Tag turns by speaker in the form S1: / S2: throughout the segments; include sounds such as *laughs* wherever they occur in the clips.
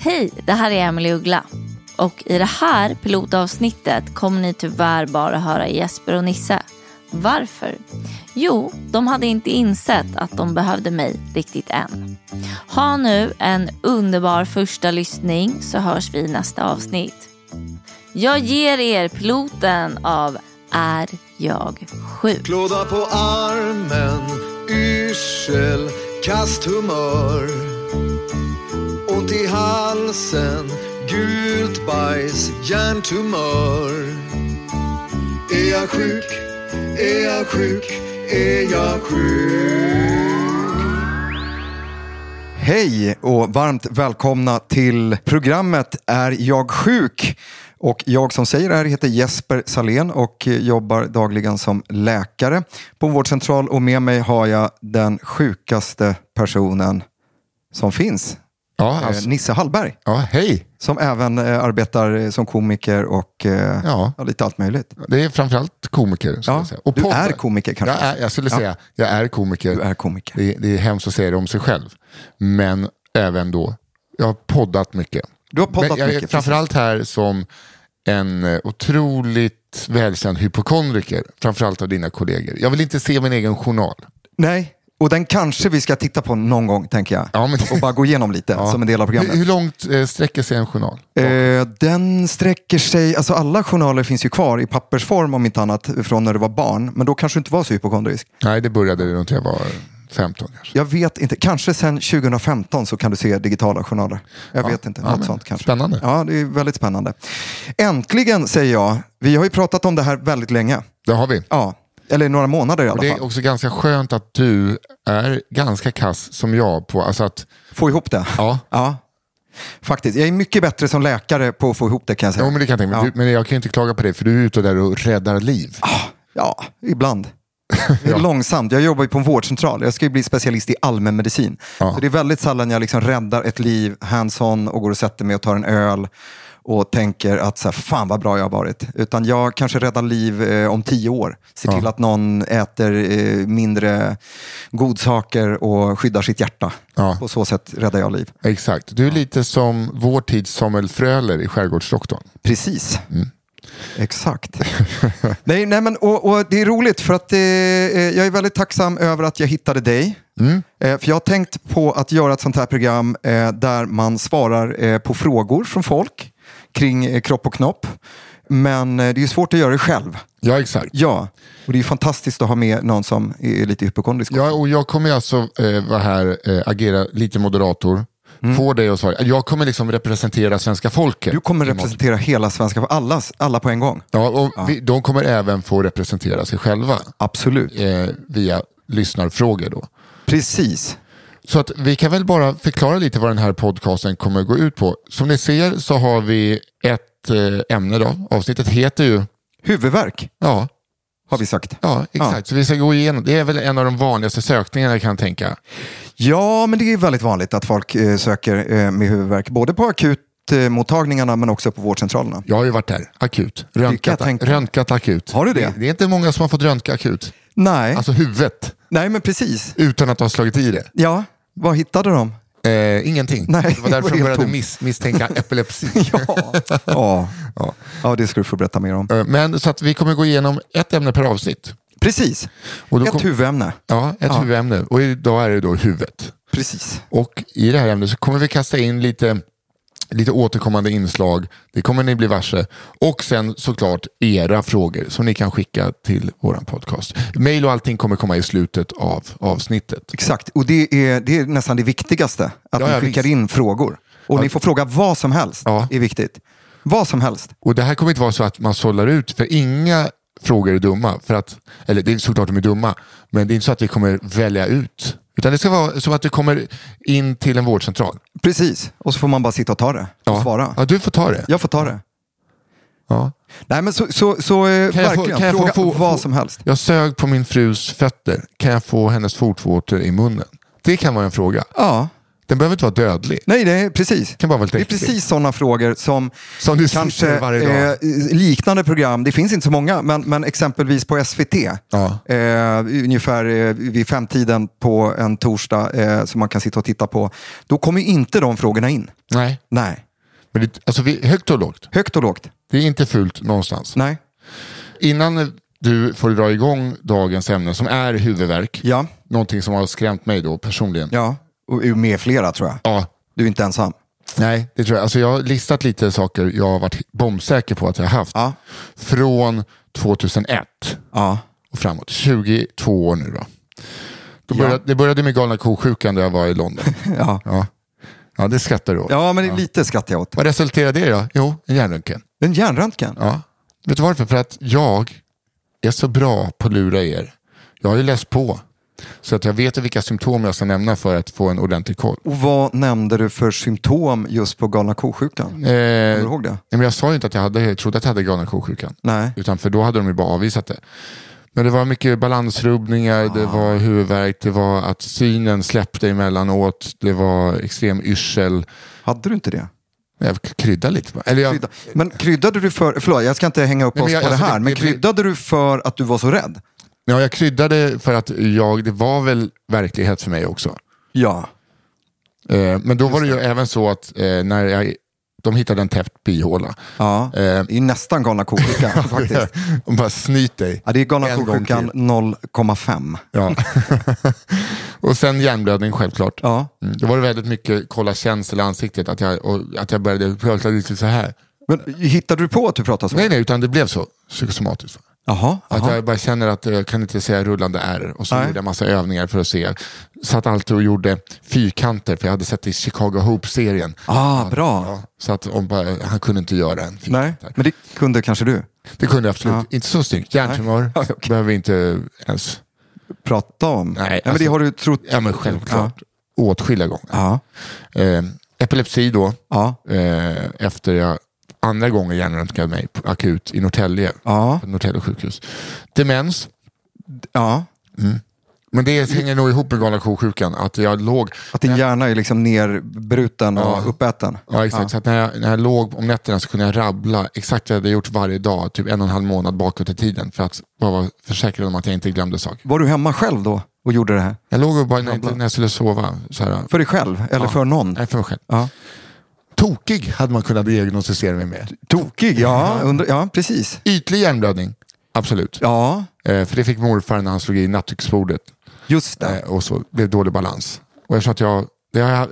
S1: Hej, det här är Emily Uggla. Och i det här pilotavsnittet kommer ni tyvärr bara höra Jesper och Nisse. Varför? Jo, de hade inte insett att de behövde mig riktigt än. Ha nu en underbar första lyssning så hörs vi i nästa avsnitt. Jag ger er piloten av Är jag sjuk?
S2: Klåda på armen, yrsel, kast humör. Ont i halsen, gult bajs, hjärntumör. Är jag sjuk? Är jag sjuk? Är jag sjuk?
S3: Hej och varmt välkomna till programmet Är jag sjuk? Och jag som säger det här heter Jesper Salén och jobbar dagligen som läkare på en vårdcentral och med mig har jag den sjukaste personen som finns.
S4: Ja,
S3: Eh,
S4: alltså,
S3: Nisse Hallberg,
S4: ja, hej.
S3: som även eh, arbetar eh, som komiker och eh,
S4: Ja.
S3: ja, lite allt möjligt.
S4: Det är framförallt komiker. skulle
S3: Ja,
S4: jag säga.
S3: du
S4: poddar.
S3: är komiker kanske?
S4: Jag, är, jag skulle
S3: Ja.
S4: säga, jag är komiker.
S3: Du är komiker.
S4: Det, är- det är hemskt att säga det om sig själv. Men även då, jag har poddat mycket.
S3: Du har poddat
S4: Men jag är
S3: mycket,
S4: Framförallt här som en eh, otroligt välkänd hypokondriker. Framförallt av dina kollegor. Jag vill inte se min egen journal.
S3: Nej, och den kanske vi ska titta på någon gång tänker jag.
S4: Ja, men-
S3: Och bara gå igenom lite
S4: *laughs* Ja.
S3: som en del av programmet.
S4: Hur, hur långt eh, sträcker sig en journal?
S3: Eh, den sträcker sig, alltså alla journaler finns ju kvar i pappersform om inte annat från när du var barn. Men då kanske du inte var så hypokondrisk.
S4: Nej, det började runt jag var 15 kanske.
S3: Jag vet inte, kanske sedan 2015 så kan du se digitala journaler. Jag
S4: Ja,
S3: vet inte,
S4: ja,
S3: något
S4: men
S3: sånt kanske.
S4: spännande.
S3: Ja, det är väldigt spännande. Äntligen säger jag, vi har ju pratat om det här väldigt länge.
S4: Det har vi.
S3: Ja, eller några månader i alla
S4: Och det är
S3: fall.
S4: också ganska skönt att du är ganska kass som jag på, alltså att,
S3: Få ihop det.
S4: ja,
S3: Ja, faktiskt. Jag är mycket bättre som läkare på att få ihop det kan jag säga.
S4: jo, men det kan jag tänka mig.
S3: Ja.
S4: Du- Men jag kan ju inte klaga på dig för du är ute där och räddar liv.
S3: Ja, ibland. Det är
S4: *laughs* Ja.
S3: Långsamt. Jag jobbar ju på en vårdcentral. Jag ska ju bli specialist i allmänmedicin.
S4: Ja.
S3: Så det är väldigt sällan jag liksom räddar ett liv hands-on och går och sätter mig och tar en öl och tänker att så här, fan vad bra jag har varit. Utan jag kanske räddar liv eh, om tio år. Ser till att någon äter eh, mindre godsaker och skyddar sitt hjärta.
S4: Ja.
S3: På så sätt räddar jag liv.
S4: Exakt, du är lite som vår tids Samuel Fröler i Skärgårdsdoktorn.
S3: Precis.
S4: Mm.
S3: Exakt. nej, nej, men, och, och det är roligt för att eh, eh, jag är väldigt tacksam över att jag hittade dig.
S4: Mm.
S3: Eh, för jag har tänkt på att göra ett sånt här program eh, där man svarar eh, på frågor från folk kring eh, kropp och knopp. Men eh, det är ju svårt att göra det själv.
S4: Ja, exakt.
S3: Ja, och det är ju fantastiskt att ha med någon som är lite hypokondrisk.
S4: Ja, och jag kommer ju alltså eh, vara här, eh, agera lite moderator, få dig att svara. Jag kommer liksom representera svenska folket.
S3: Du kommer representera hela svenska, alla, alla på en gång.
S4: Ja, och Vi, de kommer även få representera sig själva
S3: Absolut.
S4: eh, via lyssnarfrågor då.
S3: Precis.
S4: Så att vi kan väl bara förklara lite vad den här podcasten kommer att gå ut på. Som ni ser så har vi ett eh, ämne då. Avsnittet heter ju,
S3: Huvudvärk
S4: ja,
S3: har vi sagt.
S4: ja exakt. Så vi ska gå igenom, det är väl en av de vanligaste sökningarna jag kan tänka.
S3: Ja, men det är väldigt vanligt att folk eh, söker eh, med huvudvärk. Både på akutmottagningarna men också på vårdcentralerna.
S4: Jag har ju varit där, akut.
S3: jag
S4: Röntgat,
S3: tänka.
S4: röntgat akut.
S3: Har du det?
S4: Det är inte många som har fått röntga akut.
S3: Nej,
S4: Alltså huvudet,
S3: nej men precis.
S4: utan att ha slagit i det.
S3: Ja, vad hittade de?
S4: Eh, ingenting.
S3: Nej,
S4: det var
S3: det var
S4: därför de
S3: helt
S4: började
S3: tomt. *laughs*
S4: miss, misstänka epilepsi.
S3: Ja. *laughs* Ja. ja. det ska du få berätta mer om.
S4: Eh, Men så att vi kommer gå igenom ett ämne per avsnitt.
S3: Precis.
S4: Och då
S3: Ett
S4: kom-
S3: huvudämne.
S4: Ja, ett
S3: Ja.
S4: huvudämne. Och idag är det då huvudet.
S3: Precis.
S4: Och i det här ämnet så kommer vi kasta in lite, lite återkommande inslag. Det kommer ni bli varse. Och sen såklart era frågor som ni kan skicka till våran podcast. Mail och allting kommer komma i slutet av avsnittet.
S3: Exakt. Och det är, det är nästan det viktigaste. Att
S4: Ja, ja,
S3: ni skickar
S4: visst.
S3: in frågor. Och ni får fråga vad som helst.
S4: Ja.
S3: är viktigt. Vad som helst.
S4: Och det här kommer inte vara så att man sållar ut, för inga frågor är dumma. För att, eller det är såklart de är dumma, men det är inte så att vi kommer välja ut. Utan det ska vara som att du kommer in till en vårdcentral.
S3: Precis. Och så får man bara sitta och ta det. Och svara.
S4: Ja, du får ta det.
S3: Jag får ta det.
S4: Ja.
S3: Nej, men så, så, så eh,
S4: Kan jag få-
S3: verkligen.
S4: kan jag få-
S3: fråga
S4: få- få-
S3: vad som helst.
S4: Jag sög på min frus fötter. Kan jag få hennes fotvårtor i munnen? Det kan vara en fråga.
S3: Ja.
S4: Den behöver inte vara dödlig.
S3: Nej, det är precis.
S4: Kan bara vara lite
S3: det är
S4: äcklig.
S3: precis sådana frågor som
S4: Som du
S3: kanske
S4: sitter varje dag.
S3: eh, liknande program, det finns inte så många, men, men exempelvis på SVT,
S4: Ja.
S3: eh, ungefär eh, vid femtiden på en torsdag eh, som man kan sitta och titta på, då kommer ju inte de frågorna in.
S4: Nej,
S3: Nej,
S4: men det, alltså vi, högt och lågt.
S3: högt och lågt.
S4: Det är inte fult någonstans.
S3: Nej,
S4: Innan du får dra igång dagens ämne som är huvudvärk.
S3: ja,
S4: Någonting som har skrämt mig då personligen.
S3: ja. Och med flera tror jag.
S4: Ja,
S3: Du är inte ensam.
S4: Nej, det tror jag. Alltså jag har listat lite saker jag har varit bombsäker på att jag har haft.
S3: Ja.
S4: Från 2001
S3: Ja,
S4: och framåt. 22 år nu då. då
S3: Ja.
S4: började, Det började med galna ko-sjukan där jag var i London.
S3: *laughs* ja.
S4: ja. ja, det skrattar du åt.
S3: ja men lite skrattar jag åt.
S4: Vad resulterade det i då? Jo, en hjärnröntgen.
S3: En hjärnröntgen.
S4: Ja. Vet du varför? För att jag är så bra på att lura er. Jag har ju läst på. Så att jag vet vilka symptom jag ska nämna för att få en ordentlig koll.
S3: Och vad nämnde du för symptom just på galna ko-sjukan? Kommer
S4: Eh,
S3: du ihåg det?
S4: Nej, men jag sa ju inte att jag, hade, jag trodde att jag hade galna ko-sjukan.
S3: Nej.
S4: Utan för då hade de ju bara avvisat det. Men det var mycket balansrubbningar, det
S3: Ah.
S4: var huvudvärk, det var att synen släppte emellanåt, det var extrem yrsel.
S3: Hade du inte det?
S4: Jag kryddade lite. bara. Eller jag,
S3: Krydda. Men kryddade du för, förlåt jag ska inte hänga upp
S4: Nej, men
S3: oss
S4: jag-
S3: på
S4: alltså,
S3: det här,
S4: det-
S3: men
S4: det blir-
S3: kryddade du för att du var så rädd?
S4: ja, jag kryddade för att jag, det var väl verklighet för mig också.
S3: Ja.
S4: Eh, men då var det ju även så att eh, när jag, de hittade en täppt bihåla.
S3: ja.
S4: Eh,
S3: Det är ju nästan galna
S4: *laughs*
S3: ko-sjukan faktiskt.
S4: de bara snyt dig.
S3: Ja, det är galna
S4: En gång
S3: ko-sjukan
S4: till.
S3: 0,5.
S4: Ja. *laughs* och sen hjärnblödning självklart.
S3: Ja.
S4: Mm. Då var det väldigt mycket kolla känsel i ansiktet, att jag, och, att jag började prata lite så här.
S3: Men hittade du på att du pratade så?
S4: Nej, nej, utan det blev så psykosomatiskt.
S3: Jaha.
S4: Att
S3: jaha.
S4: jag bara känner att jag kan inte säga rullande R. Och så
S3: Nej.
S4: gjorde jag massa övningar för att se. Satt alltid och gjorde fyrkanter, för jag hade sett det i Chicago Hope-serien.
S3: Ah, bra.
S4: Ja, så att om bara, han kunde inte göra en
S3: Nej,
S4: fyrkant. där.
S3: men det kunde kanske du.
S4: Det kunde jag absolut. Inte så snyggt. Hjärntumör
S3: *laughs* Ja, okej.
S4: behöver vi inte ens...
S3: Prata om.
S4: Nej,
S3: men
S4: alltså-
S3: det har du trott.
S4: Ja, men självklart. Åtskilliga gånger.
S3: Ja.
S4: Eh, epilepsi då,
S3: Ja.
S4: eh, efter jag andra gången hjärnröntgade mig på- akut i Norrtälje,
S3: Ja.
S4: på Norrtälje sjukhus. Demens,
S3: ja. *clears throat*
S4: men det hänger nog ihop med galna ko-sjukan, att jag låg,
S3: Att din hjärna är liksom nerbruten och
S4: Ja.
S3: uppäten.
S4: ja, exakt, Så att när, jag, när jag låg om nätterna så kunde jag rabbla exakt vad jag hade gjort varje dag, typ en och en halv månad bakåt i tiden, för att bara vara försäkrad om att jag inte glömde saker.
S3: Var du hemma själv då och gjorde det här?
S4: Jag låg och bara, när, jag inte- när jag skulle sova, så här,
S3: För dig själv eller
S4: Ja.
S3: för någon?
S4: nej, för mig själv.
S3: Ja.
S4: Tokig hade man kunnat diagnostisera mig med.
S3: Tokig, ja, undra, ja precis.
S4: Ytlig hjärnblödning, absolut.
S3: Ja,
S4: Eh, för det fick morfar när han slog i nattduksbordet.
S3: just det.
S4: Eh, och så blev det dålig balans. Och eftersom att jag, det har jag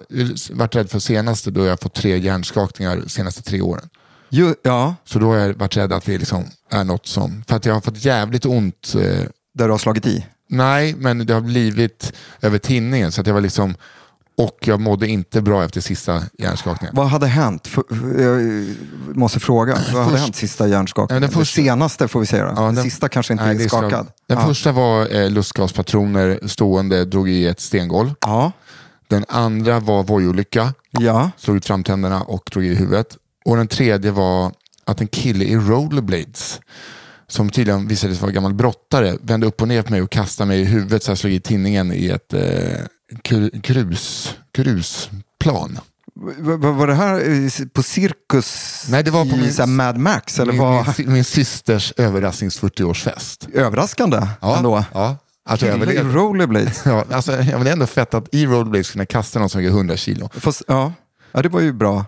S4: varit rädd för senaste då jag har fått tre hjärnskakningar de senaste tre åren.
S3: Ju, ja,
S4: Så då har jag varit rädd att det liksom är något som, för att jag har fått jävligt ont, eh,
S3: där du har slagit i.
S4: nej men det har blivit över tinningen så att jag var liksom, och jag mådde inte bra efter sista hjärnskakningen.
S3: Vad hade hänt? F- f- jag eh, måste fråga. Vad hade
S4: Först-
S3: hänt sista hjärnskakningen?
S4: Ja, den
S3: den
S4: första-
S3: senaste får vi säga. då.
S4: Ja,
S3: den,
S4: den-
S3: sista kanske inte
S4: Nej, det
S3: är
S4: är slag-
S3: skakad.
S4: Den
S3: ja.
S4: första var eh, lustgaspatroner stående, drog i ett stengolv.
S3: Ja.
S4: Den andra var vojolycka.
S3: ja,
S4: slog ut framtänderna och drog i huvudet. Och den tredje var att en kille i rollerblades, som tydligen visade sig vara gammal brottare, vände upp och ner på mig och kastade mig i huvudet så jag slog i tinningen i ett eh, kru- krus, krusplan.
S3: V- v- var det här eh, s- på cirkus
S4: Nej, det var på
S3: i
S4: min-
S3: så här Mad Max? Eller
S4: Min,
S3: var
S4: min, sy- min systers överrasknings
S3: *laughs*
S4: 40-årsfest.
S3: överraskande
S4: Ja,
S3: ändå?
S4: ja. Alltså, jag,
S3: Kille i
S4: vill,
S3: rollerblades.
S4: ja, alltså, jag vill ändå fett att i rollerblades kunna kasta någon som väger 100 kilo.
S3: Fast, ja. ja, det var ju bra.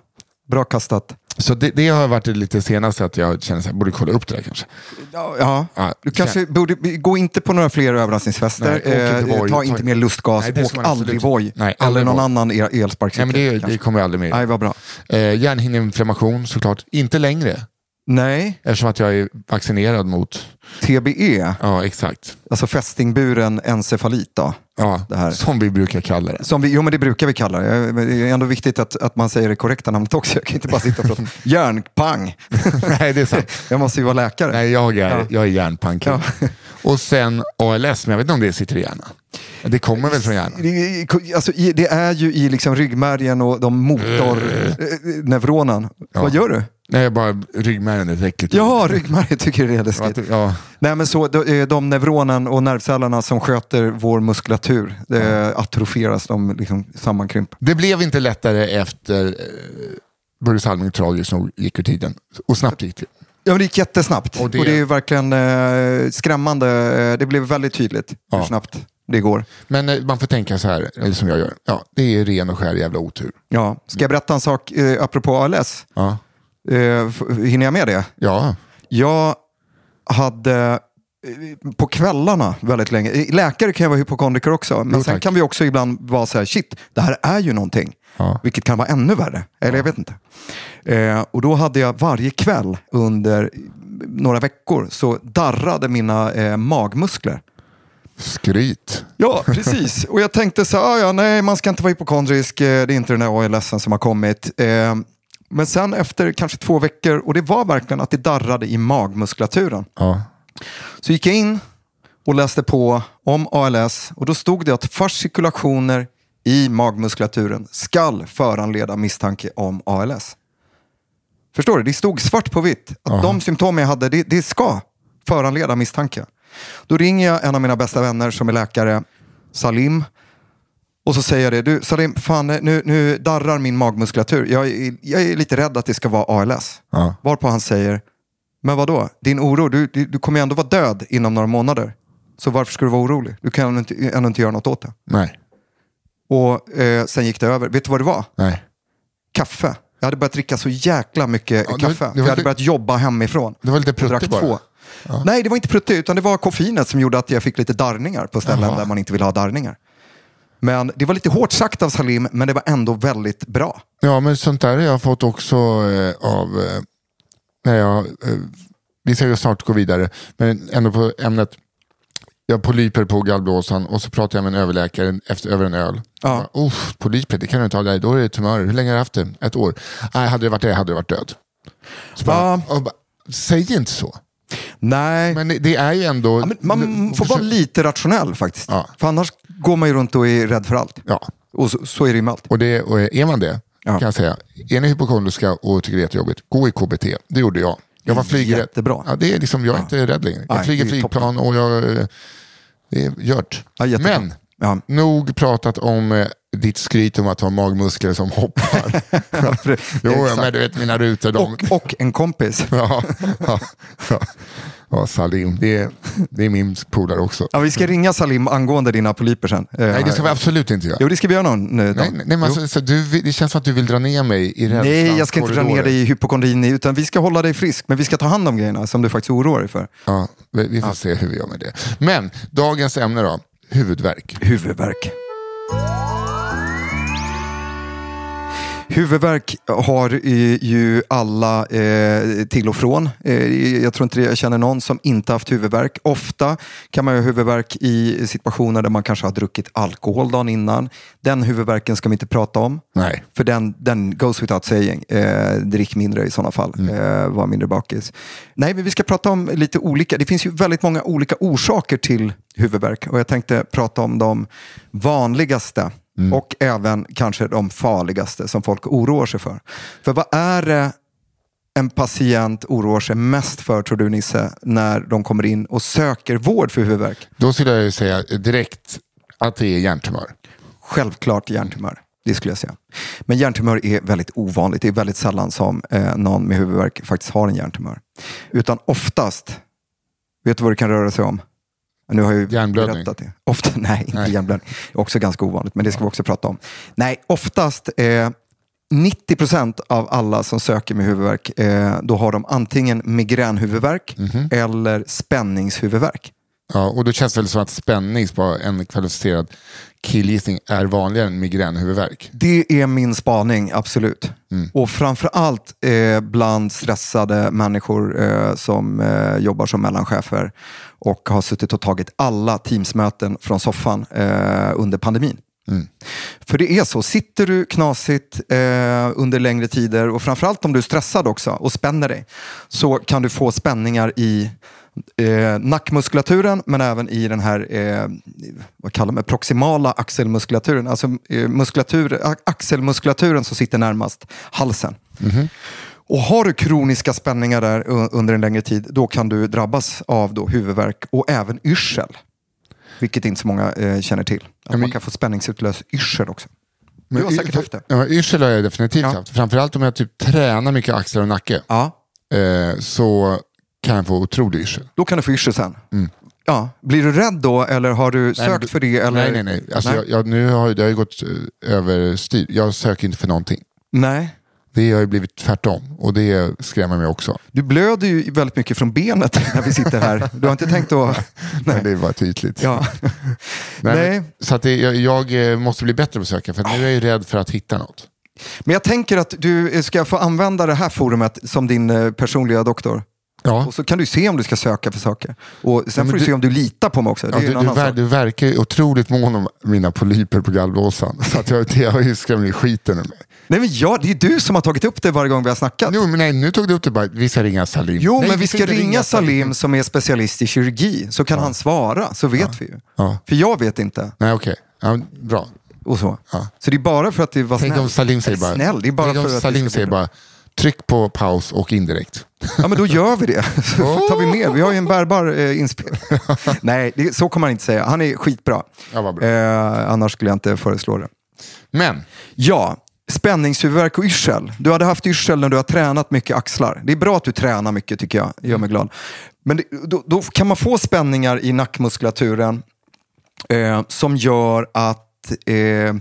S3: Bra kastat.
S4: Så det, det har varit lite senaste att jag känner att jag borde kolla upp det där kanske.
S3: Ja, ja.
S4: Ja,
S3: Du kanske borde, gå inte på några fler överraskningsfester.
S4: Nej, åk inte
S3: eh,
S4: Voi.
S3: ta inte mer lustgas.
S4: Nej, det
S3: åk
S4: ska man
S3: aldrig
S4: absolut-
S3: Voi.
S4: Nej,
S3: Eller
S4: aldrig
S3: någon
S4: Voi.
S3: annan el-
S4: Nej,
S3: elsparkcykel.
S4: men det, det
S3: kanske.
S4: kommer jag aldrig med.
S3: Nej, vad bra.
S4: Eh, hjärnhinneinflammation såklart. Inte längre.
S3: Nej,
S4: Eftersom att jag är vaccinerad mot...
S3: TBE,
S4: Ja, exakt.
S3: alltså fästingburen encefalit. Då.
S4: Ja,
S3: Det här.
S4: Som vi brukar kalla det. *laughs*
S3: Som vi, jo, men det brukar vi kalla det. Men Det är ändå viktigt att, att man säger det korrekta namnet också. Jag kan inte bara sitta och prata
S4: *laughs*
S3: om järnpang.
S4: Nej, det är sant.
S3: Jag måste ju vara läkare.
S4: Nej, jag är,
S3: Ja.
S4: jag är hjärnpank. Och sen ALS, men jag vet inte om det sitter i hjärnan. Det kommer väl från hjärnan?
S3: Det, alltså, i- det är ju i liksom ryggmärgen och de
S4: Mm.
S3: motorneuronen. Vad gör du?
S4: Nej, bara ryggmärgen är så äckligt.
S3: Ja, ryggmärgen tycker det är läskigt.
S4: Ja,
S3: Nej, men så, de, eh, de neuronen och nervcellerna som sköter vår muskulatur eh, atroferas, de liksom sammankrymper.
S4: Det blev inte lättare efter eh, Börje Salming tragiskt nog gick ur tiden. Och snabbt gick det.
S3: Ja, men det gick jättesnabbt och
S4: Och
S3: det,
S4: det-
S3: är verkligen eh, skrämmande. Eh, Det blev väldigt tydligt hur
S4: Ja.
S3: snabbt det går.
S4: Men eh, man får tänka så här, eller som jag gör. Ja, det är ren och skär jävla otur.
S3: Ja. Ska jag berätta en sak eh, apropå ALS?
S4: Ja,
S3: Eh, f- hinner jag med det?
S4: ja.
S3: Jag hade eh, på kvällarna väldigt länge. Eh, Läkare kan ju vara hypokondriker också. Men
S4: Jo,
S3: sen
S4: tack.
S3: kan vi också ibland vara så här, shit, det här är ju någonting.
S4: Ja.
S3: Vilket kan vara ännu värre. Eller jag vet inte. Eh, och då hade jag varje kväll under några veckor så darrade mina eh, magmuskler.
S4: skryt.
S3: Ja, precis. Och jag tänkte så här, "Ah, ja, nej, man ska inte vara hypokondrisk. Eh, Det är inte den här ALSen som har kommit. Eh, men sen efter kanske två veckor, och det var verkligen att det darrade i magmuskulaturen.
S4: Ja.
S3: Så gick jag in och läste på om ALS och då stod det att fascikulationer i magmuskulaturen skall föranleda misstanke om ALS. Förstår du? Det stod svart på vitt att de symptom jag hade, det, det ska föranleda misstanke. Då ringer jag en av mina bästa vänner som är läkare, Salim. Och så säger jag det, du Salim, fan, nu, nu darrar min magmuskulatur. Jag är, jag är lite rädd att det ska vara ALS.
S4: Ja.
S3: Varpå han säger, men vad då? Din oro, du, du, du kommer ju ändå vara död inom några månader. Så varför ska du vara orolig? Du kan ändå inte, ändå inte göra något åt det.
S4: Nej,
S3: Och eh, sen gick det över. Vet du vad det var?
S4: nej.
S3: Kaffe. Jag hade börjat dricka så jäkla mycket
S4: Ja, det var-
S3: kaffe.
S4: det var
S3: jag hade
S4: lite-
S3: börjat jobba hemifrån.
S4: Det var lite
S3: Och drack
S4: pruttigt bara.
S3: två. Nej, det var inte pruttigt, utan det var koffeinet som gjorde att jag fick lite darrningar på ställen där man inte vill ha darrningar. Men det var lite hårt sagt av Salim, men det var ändå väldigt bra.
S4: Ja, men sånt där har jag fått också eh, av... Eh, när jag, eh, vi ska ju snart gå vidare, men ändå på ämnet. Jag har polyper på gallblåsan och så pratar jag med en överläkare efter, över en öl.
S3: Ja.
S4: Ja. polyper, det kan du inte ha. Nej, då är det tumörer. Hur länge har du haft det? Ett år? Nej, hade det varit det hade du varit död. Så bara,
S3: Ja.
S4: och bara, säg inte så.
S3: Nej,
S4: Men det- det är ju ändå...
S3: Ja, men man
S4: du-
S3: får vara
S4: försök-
S3: lite rationell faktiskt.
S4: Ja.
S3: För annars går man ju runt och är rädd för allt.
S4: Ja,
S3: Och så, så är det ju med allt.
S4: Och, det, och är man det,
S3: Ja.
S4: kan jag säga, är ni hypokondriska och tycker det är jättejobbigt, gå i KBT. Det gjorde jag. Jag var flygrädd.
S3: Jättebra.
S4: Ja, det är liksom, jag är inte rädd längre. Jag
S3: Nej,
S4: flyger
S3: det är ju
S4: flygplan och jag... eh, Det är gjort.
S3: Ja, jättebra.
S4: Men,
S3: Ja.
S4: nog pratat om eh, ditt skryt om att ha magmuskler
S3: *laughs*
S4: som hoppar. jo, ja,
S3: Exakt.
S4: men du vet mina rutor. De...
S3: Och, och en kompis.
S4: *laughs* ja, ja, ja. ja, Salim, det är, det är min polare också.
S3: Ja, vi ska ringa Salim angående dina polyper sen. Eh,
S4: Nej, det ska vi absolut inte göra.
S3: Jo, det ska vi göra någon eh, nu.
S4: Nej, nej, men alltså, så du, vill- det känns som att du vill dra ner mig i rädslans
S3: Nej, jag ska inte dra ner
S4: korridorer.
S3: dig i hypokondrin, utan vi ska hålla dig frisk, men vi ska ta hand om grejerna som du faktiskt oroar dig för.
S4: Ja, vi vi får se hur vi gör med det. Men dagens ämne då, huvudvärk.
S3: Huvudvärk. Huvudvärk har eh, ju alla eh, till och från. Eh, jag tror inte jag känner någon som inte haft huvudvärk. Ofta kan man ju ha huvudvärk i situationer där man kanske har druckit alkohol dagen innan. Den huvudvärken ska vi inte prata om.
S4: Nej.
S3: För den, den goes without saying. Eh, drick mindre i sådana fall. Eh, var mindre bakis. Nej, men vi ska prata om lite olika. Det finns ju väldigt många olika orsaker till huvudvärk. Och jag tänkte prata om de vanligaste. Och även kanske de farligaste som folk oroar sig för. För vad är det en patient oroar sig mest för, tror du Nisse, när de kommer in och söker vård för huvudvärk?
S4: Då skulle jag ju säga direkt att det är hjärntumör.
S3: Självklart hjärntumör. Det skulle jag säga. Men hjärntumör är väldigt ovanligt. Det är väldigt sällan som eh, någon med huvudvärk faktiskt har en hjärntumör. Utan oftast, vet du vad det kan röra sig om? Nu har jag ju
S4: Hjärnblödning.
S3: berättat det. Ofta, *laughs* nej, inte
S4: Nej.
S3: hjärnblödning. Också ganska ovanligt, men det ska vi också prata om. Nej, oftast eh, 90 procent av alla som söker med huvudvärk, eh, då har de antingen migränhuvudvärk
S4: Mhm.
S3: eller spänningshuvudvärk.
S4: Ja, och då känns det väl som att spänning på en kvalificerad killgissning är vanligare än migränhuvudvärk.
S3: Det är min spaning, absolut. Och framför allt eh, bland stressade människor eh, som eh, jobbar som mellanchefer och har suttit och tagit alla teamsmöten från soffan eh, under pandemin. Mm. För det är så, sitter du knasigt eh, under längre tider och framförallt om du är stressad också och spänner dig så kan du få spänningar i eh, nackmuskulaturen men även i den här eh, vad kallar man, proximala axelmuskulaturen. Alltså eh, muskulatur, a- axelmuskulaturen som sitter närmast halsen. Och har du kroniska spänningar där u- under en längre tid då kan du drabbas av då huvudvärk och även yrsel. Vilket inte så många eh, känner till. Att
S4: men-
S3: man kan få spänningsutlös yrsel också.
S4: Men
S3: du har säkert haft det.
S4: Ja, men yrsel har jag definitivt
S3: Ja.
S4: haft. Framförallt om jag typ tränar mycket axlar och nacke
S3: Ja,
S4: eh, så kan jag få otrolig yrsel.
S3: då kan du få yrsel sen. Ja. Blir du rädd då eller har du
S4: Mm. Nej, men
S3: sökt
S4: du-
S3: för det? Eller?
S4: Nej, nej, nej. Alltså,
S3: nej.
S4: Jag, jag, nu har ju- det har ju gått eh, överstyr. Jag söker inte för någonting.
S3: nej.
S4: Det har ju blivit tvärtom och det skrämmer mig också.
S3: Du blöder ju väldigt mycket från benet när vi sitter här. Du har inte tänkt att...
S4: *laughs* Men det är bara tydligt.
S3: Ja.
S4: Nej,
S3: Nej.
S4: men- Så att det, jag, jag eh, måste bli bättre på att söka för nu är jag ju rädd för att hitta något.
S3: Men jag tänker att du eh, ska få använda det här forumet som din eh, personliga doktor.
S4: Ja.
S3: Och så kan du se om du ska söka för saker. Och sen
S4: men
S3: får du,
S4: du-
S3: se om du litar på mig också. Det är
S4: Ja,
S3: ju
S4: du,
S3: en
S4: du,
S3: annan
S4: ver,
S3: sak.
S4: du verkar ju otroligt mån om mina polyper på gallblåsan. Så att jag, det har ju skrämt skiten ur mig.
S3: Nej, men ja, det är ju du som har tagit upp det varje gång vi har snackat.
S4: Jo, men nej, nu tog du upp det bara, vi ska ringa Salim.
S3: Jo,
S4: nej,
S3: men vi ska
S4: inte
S3: ringa, Salim som är specialist i kirurgi. Så kan han svara, så vet vi ju.
S4: Ja.
S3: För jag vet inte.
S4: Nej, okej. Ja, men bra.
S3: Och så.
S4: Ja.
S3: så det är bara för att du var
S4: Tänk
S3: snäll.
S4: om Salim säger bara,
S3: snäll, det är bara
S4: tänk
S3: för
S4: om
S3: att
S4: Salim
S3: vi ska
S4: säger bara tryck på paus och indirekt.
S3: Ja, men då gör
S4: *laughs*
S3: vi det. Så tar vi med. Vi har ju en bärbar eh, inspelning.
S4: *laughs*
S3: Nej, det, så kommer han inte säga. Han är skitbra.
S4: Ja, vad bra.
S3: Eh, annars skulle jag inte föreslå det.
S4: Men,
S3: Ja, spänningshuvudvärk och yrsel. Du hade haft yrsel när du har tränat mycket axlar. Det är bra att du tränar mycket tycker jag. Det gör mig glad. Men det, då, då kan man få spänningar i nackmuskulaturen eh, som gör att eh,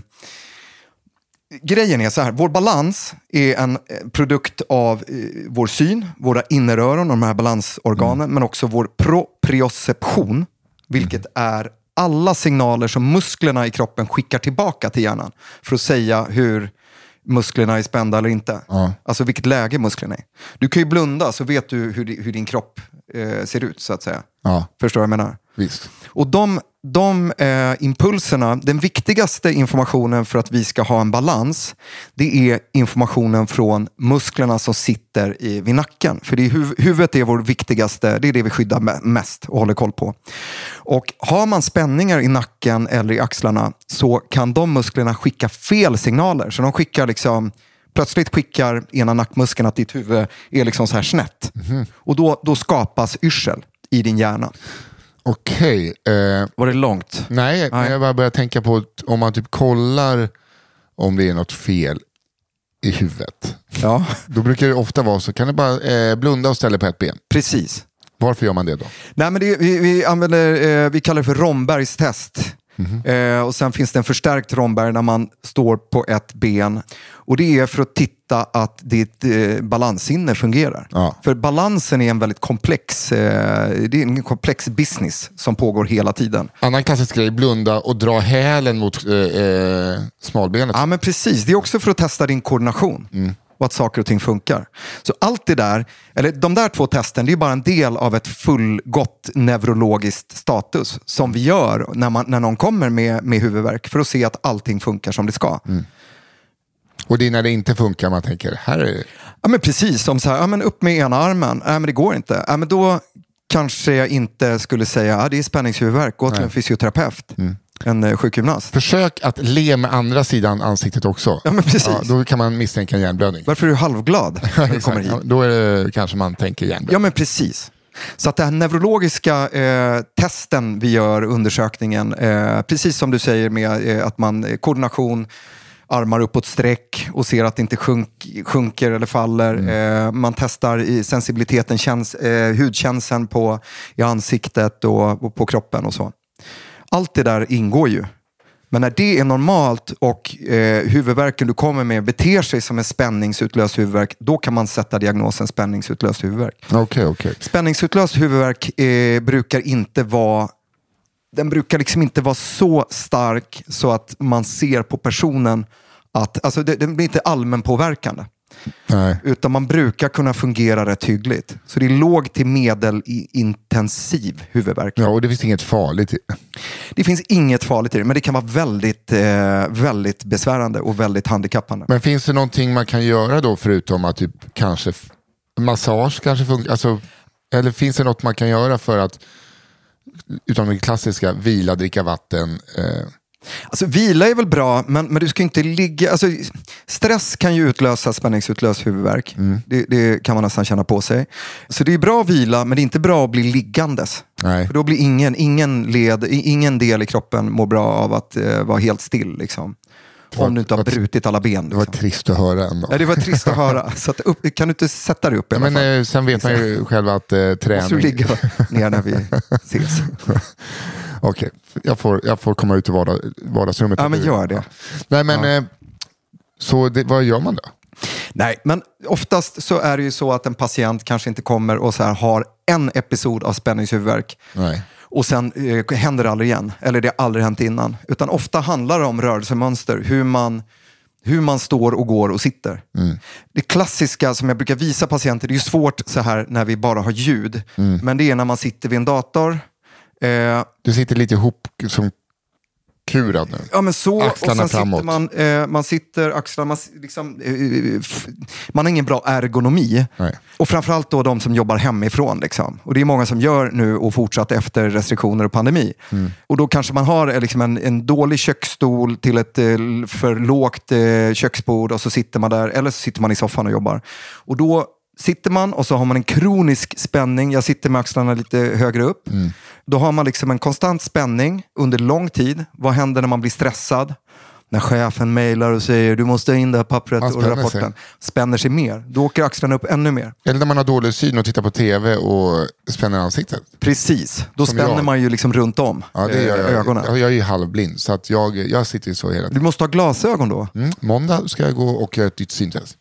S3: Grejen är så här, vår balans är en eh, produkt av eh, vår syn, våra inneröron, de här balansorganen, men också vår proprioception, vilket är alla signaler som musklerna i kroppen skickar tillbaka till hjärnan för att säga hur musklerna är spända eller inte. Alltså vilket läge musklerna är. Du kan ju blunda så vet du hur, di- hur din kropp eh, ser ut, så att säga.
S4: Ja.
S3: Förstår vad jag menar?
S4: visst.
S3: Och de, de eh, impulserna, den viktigaste informationen för att vi ska ha en balans, det är informationen från musklerna som sitter i, vid nacken. För det är huv, huvudet är vår viktigaste, det är det vi skyddar me- mest och håller koll på. Och har man spänningar i nacken eller i axlarna så kan de musklerna skicka fel signaler. Så de skickar liksom Plötsligt skickar ena nackmuskeln att ditt huvud är liksom så här snett. Och då, då skapas yrsel i din hjärna.
S4: Okej. Eh,
S3: Var det långt?
S4: nej, men jag bara börjar tänka på att om man typ kollar om det är något fel i huvudet.
S3: Ja,
S4: Då brukar det ofta vara så, kan du bara eh, blunda och ställa på ett ben?
S3: precis.
S4: Varför gör man det då?
S3: Nej, men det, vi, vi, använder, eh, vi kallar det för Rombergs test. Eh, och sen finns det en förstärkt Romberg när man står på ett ben. Och det är för att titta att ditt eh, balanssinne fungerar.
S4: Ja.
S3: För balansen är en väldigt komplex, eh, det är en komplex business som pågår hela tiden.
S4: Annan klassisk grej, blunda och dra hälen mot eh, eh, smalbenet.
S3: Ja, men precis. Det är också för att testa din koordination och att saker och ting funkar. Så allt det där, eller de där två testen, det är bara en del av ett fullgott neurologiskt status som vi gör när, man, när någon kommer med, med huvudvärk för att se att allting funkar som det ska.
S4: Och det är när det inte funkar man tänker, här är det.
S3: Ja, men precis, som så här, ja, men upp med ena armen. Nej, men det går inte. Ja, men då kanske jag inte skulle säga att det är spänningshuvudvärk. Gå till en fysioterapeut, en eh, sjukgymnast.
S4: Försök att le med andra sidan ansiktet också.
S3: Ja, men precis.
S4: då kan man misstänka en hjärnblödning.
S3: Varför är du halvglad
S4: *laughs*
S3: när du kommer hit?
S4: Ja, Då är det, kanske man tänker hjärnblödning.
S3: Ja, men precis. Så att den här neurologiska eh, testen vi gör, undersökningen, eh, precis som du säger med eh, att man eh, koordination, armar uppåt streck och ser att det inte sjunk, sjunker eller faller. Eh, man testar i sensibiliteten, känns, eh, hudkänseln på, i ansiktet och, och på kroppen och så. Allt det där ingår ju. Men när det är normalt och eh, huvudvärken du kommer med beter sig som en spänningsutlöst huvudvärk, då kan man sätta diagnosen spänningsutlöst huvudvärk.
S4: Okej, okej.
S3: Spänningsutlöst huvudvärk eh, brukar inte vara den brukar liksom inte vara så stark så att man ser på personen att, alltså det- den blir inte allmänpåverkande.
S4: Nej.
S3: Utan man brukar kunna fungera rätt hyggligt. Så det är låg till medelintensiv huvudvärk.
S4: Ja, och det finns inget farligt i det.
S3: Det finns inget farligt i det, men det kan vara väldigt, eh, väldigt besvärande och väldigt handikappande.
S4: Men finns det någonting man kan göra då förutom att typ kanske f- massage kanske funkar? Alltså, eller finns det något man kan göra för att, utom det klassiska, vila, dricka vatten? Eh,
S3: Alltså, vila är väl bra, men, men du ska inte ligga... Alltså, stress kan ju utlösa spänningsutlös huvudvärk.
S4: Mm.
S3: Det, det kan man nästan känna på sig. Så det är bra att vila, men det är inte bra att bli liggandes.
S4: Nej.
S3: För då blir ingen, ingen, led, i- ingen del i kroppen mår bra av att eh, vara helt still. Liksom. Om du inte har
S4: vad-
S3: brutit alla ben.
S4: det var
S3: Liksom.
S4: trist att höra ändå.
S3: Ja, det var trist att höra. Så att upp, kan du inte sätta dig upp i alla
S4: Men
S3: fall?
S4: eh, sen vet man ju själv att eh,
S3: Måste du
S4: träning... *laughs*
S3: ligga ner när vi ses?
S4: Okej, jag får, jag får komma ut i vardag, vardagsrummet.
S3: Ja, men gör det.
S4: Nej, men, eh, så det, vad gör man då?
S3: Nej, men oftast så är det ju så att en patient kanske inte kommer och så här har en episod av spänningshuvudvärk
S4: Nej.
S3: och sen eh, händer det aldrig igen. Eller det har aldrig hänt innan. Utan ofta handlar det om rörelsemönster, hur man, hur man står och går och sitter.
S4: Mm.
S3: Det klassiska som jag brukar visa patienter, det är ju svårt så här när vi bara har ljud,
S4: Mm.
S3: men det är när man sitter vid en dator eh,
S4: Du sitter lite ihop som kurad nu.
S3: Ja, men så.
S4: Axlarna
S3: och sen
S4: framåt.
S3: Sitter man, eh, man sitter axlarna, man, s- liksom, eh, f- man har ingen bra ergonomi.
S4: Nej.
S3: Och framförallt då de som jobbar hemifrån. Liksom. Och det är många som gör nu och fortsatt efter restriktioner och pandemi.
S4: Mm.
S3: Och då kanske man har eh, liksom en, en dålig köksstol till ett eh, l- för lågt eh, köksbord och så sitter man där. Eller så sitter man i soffan och jobbar. Och då sitter man och så har man en kronisk spänning. Jag sitter med axlarna lite högre upp.
S4: Mm.
S3: Då har man liksom en konstant spänning under lång tid. Vad händer när man blir stressad? När chefen mejlar och säger du måste ha in det här pappret
S4: Man
S3: och
S4: spänner sig.
S3: rapporten. Spänner sig mer. Då åker axlarna upp ännu mer.
S4: Eller när man har dålig syn och tittar på tv och spänner ansiktet.
S3: Precis, då
S4: Som
S3: spänner
S4: jag.
S3: man ju liksom runt om
S4: Ja, det
S3: eh,
S4: gör jag.
S3: ögonen.
S4: Jag, jag är ju halvblind, så att jag, jag sitter ju så hela
S3: Du
S4: tiden.
S3: måste ha glasögon då.
S4: Mm. Måndag ska jag gå och göra ett nytt syntest.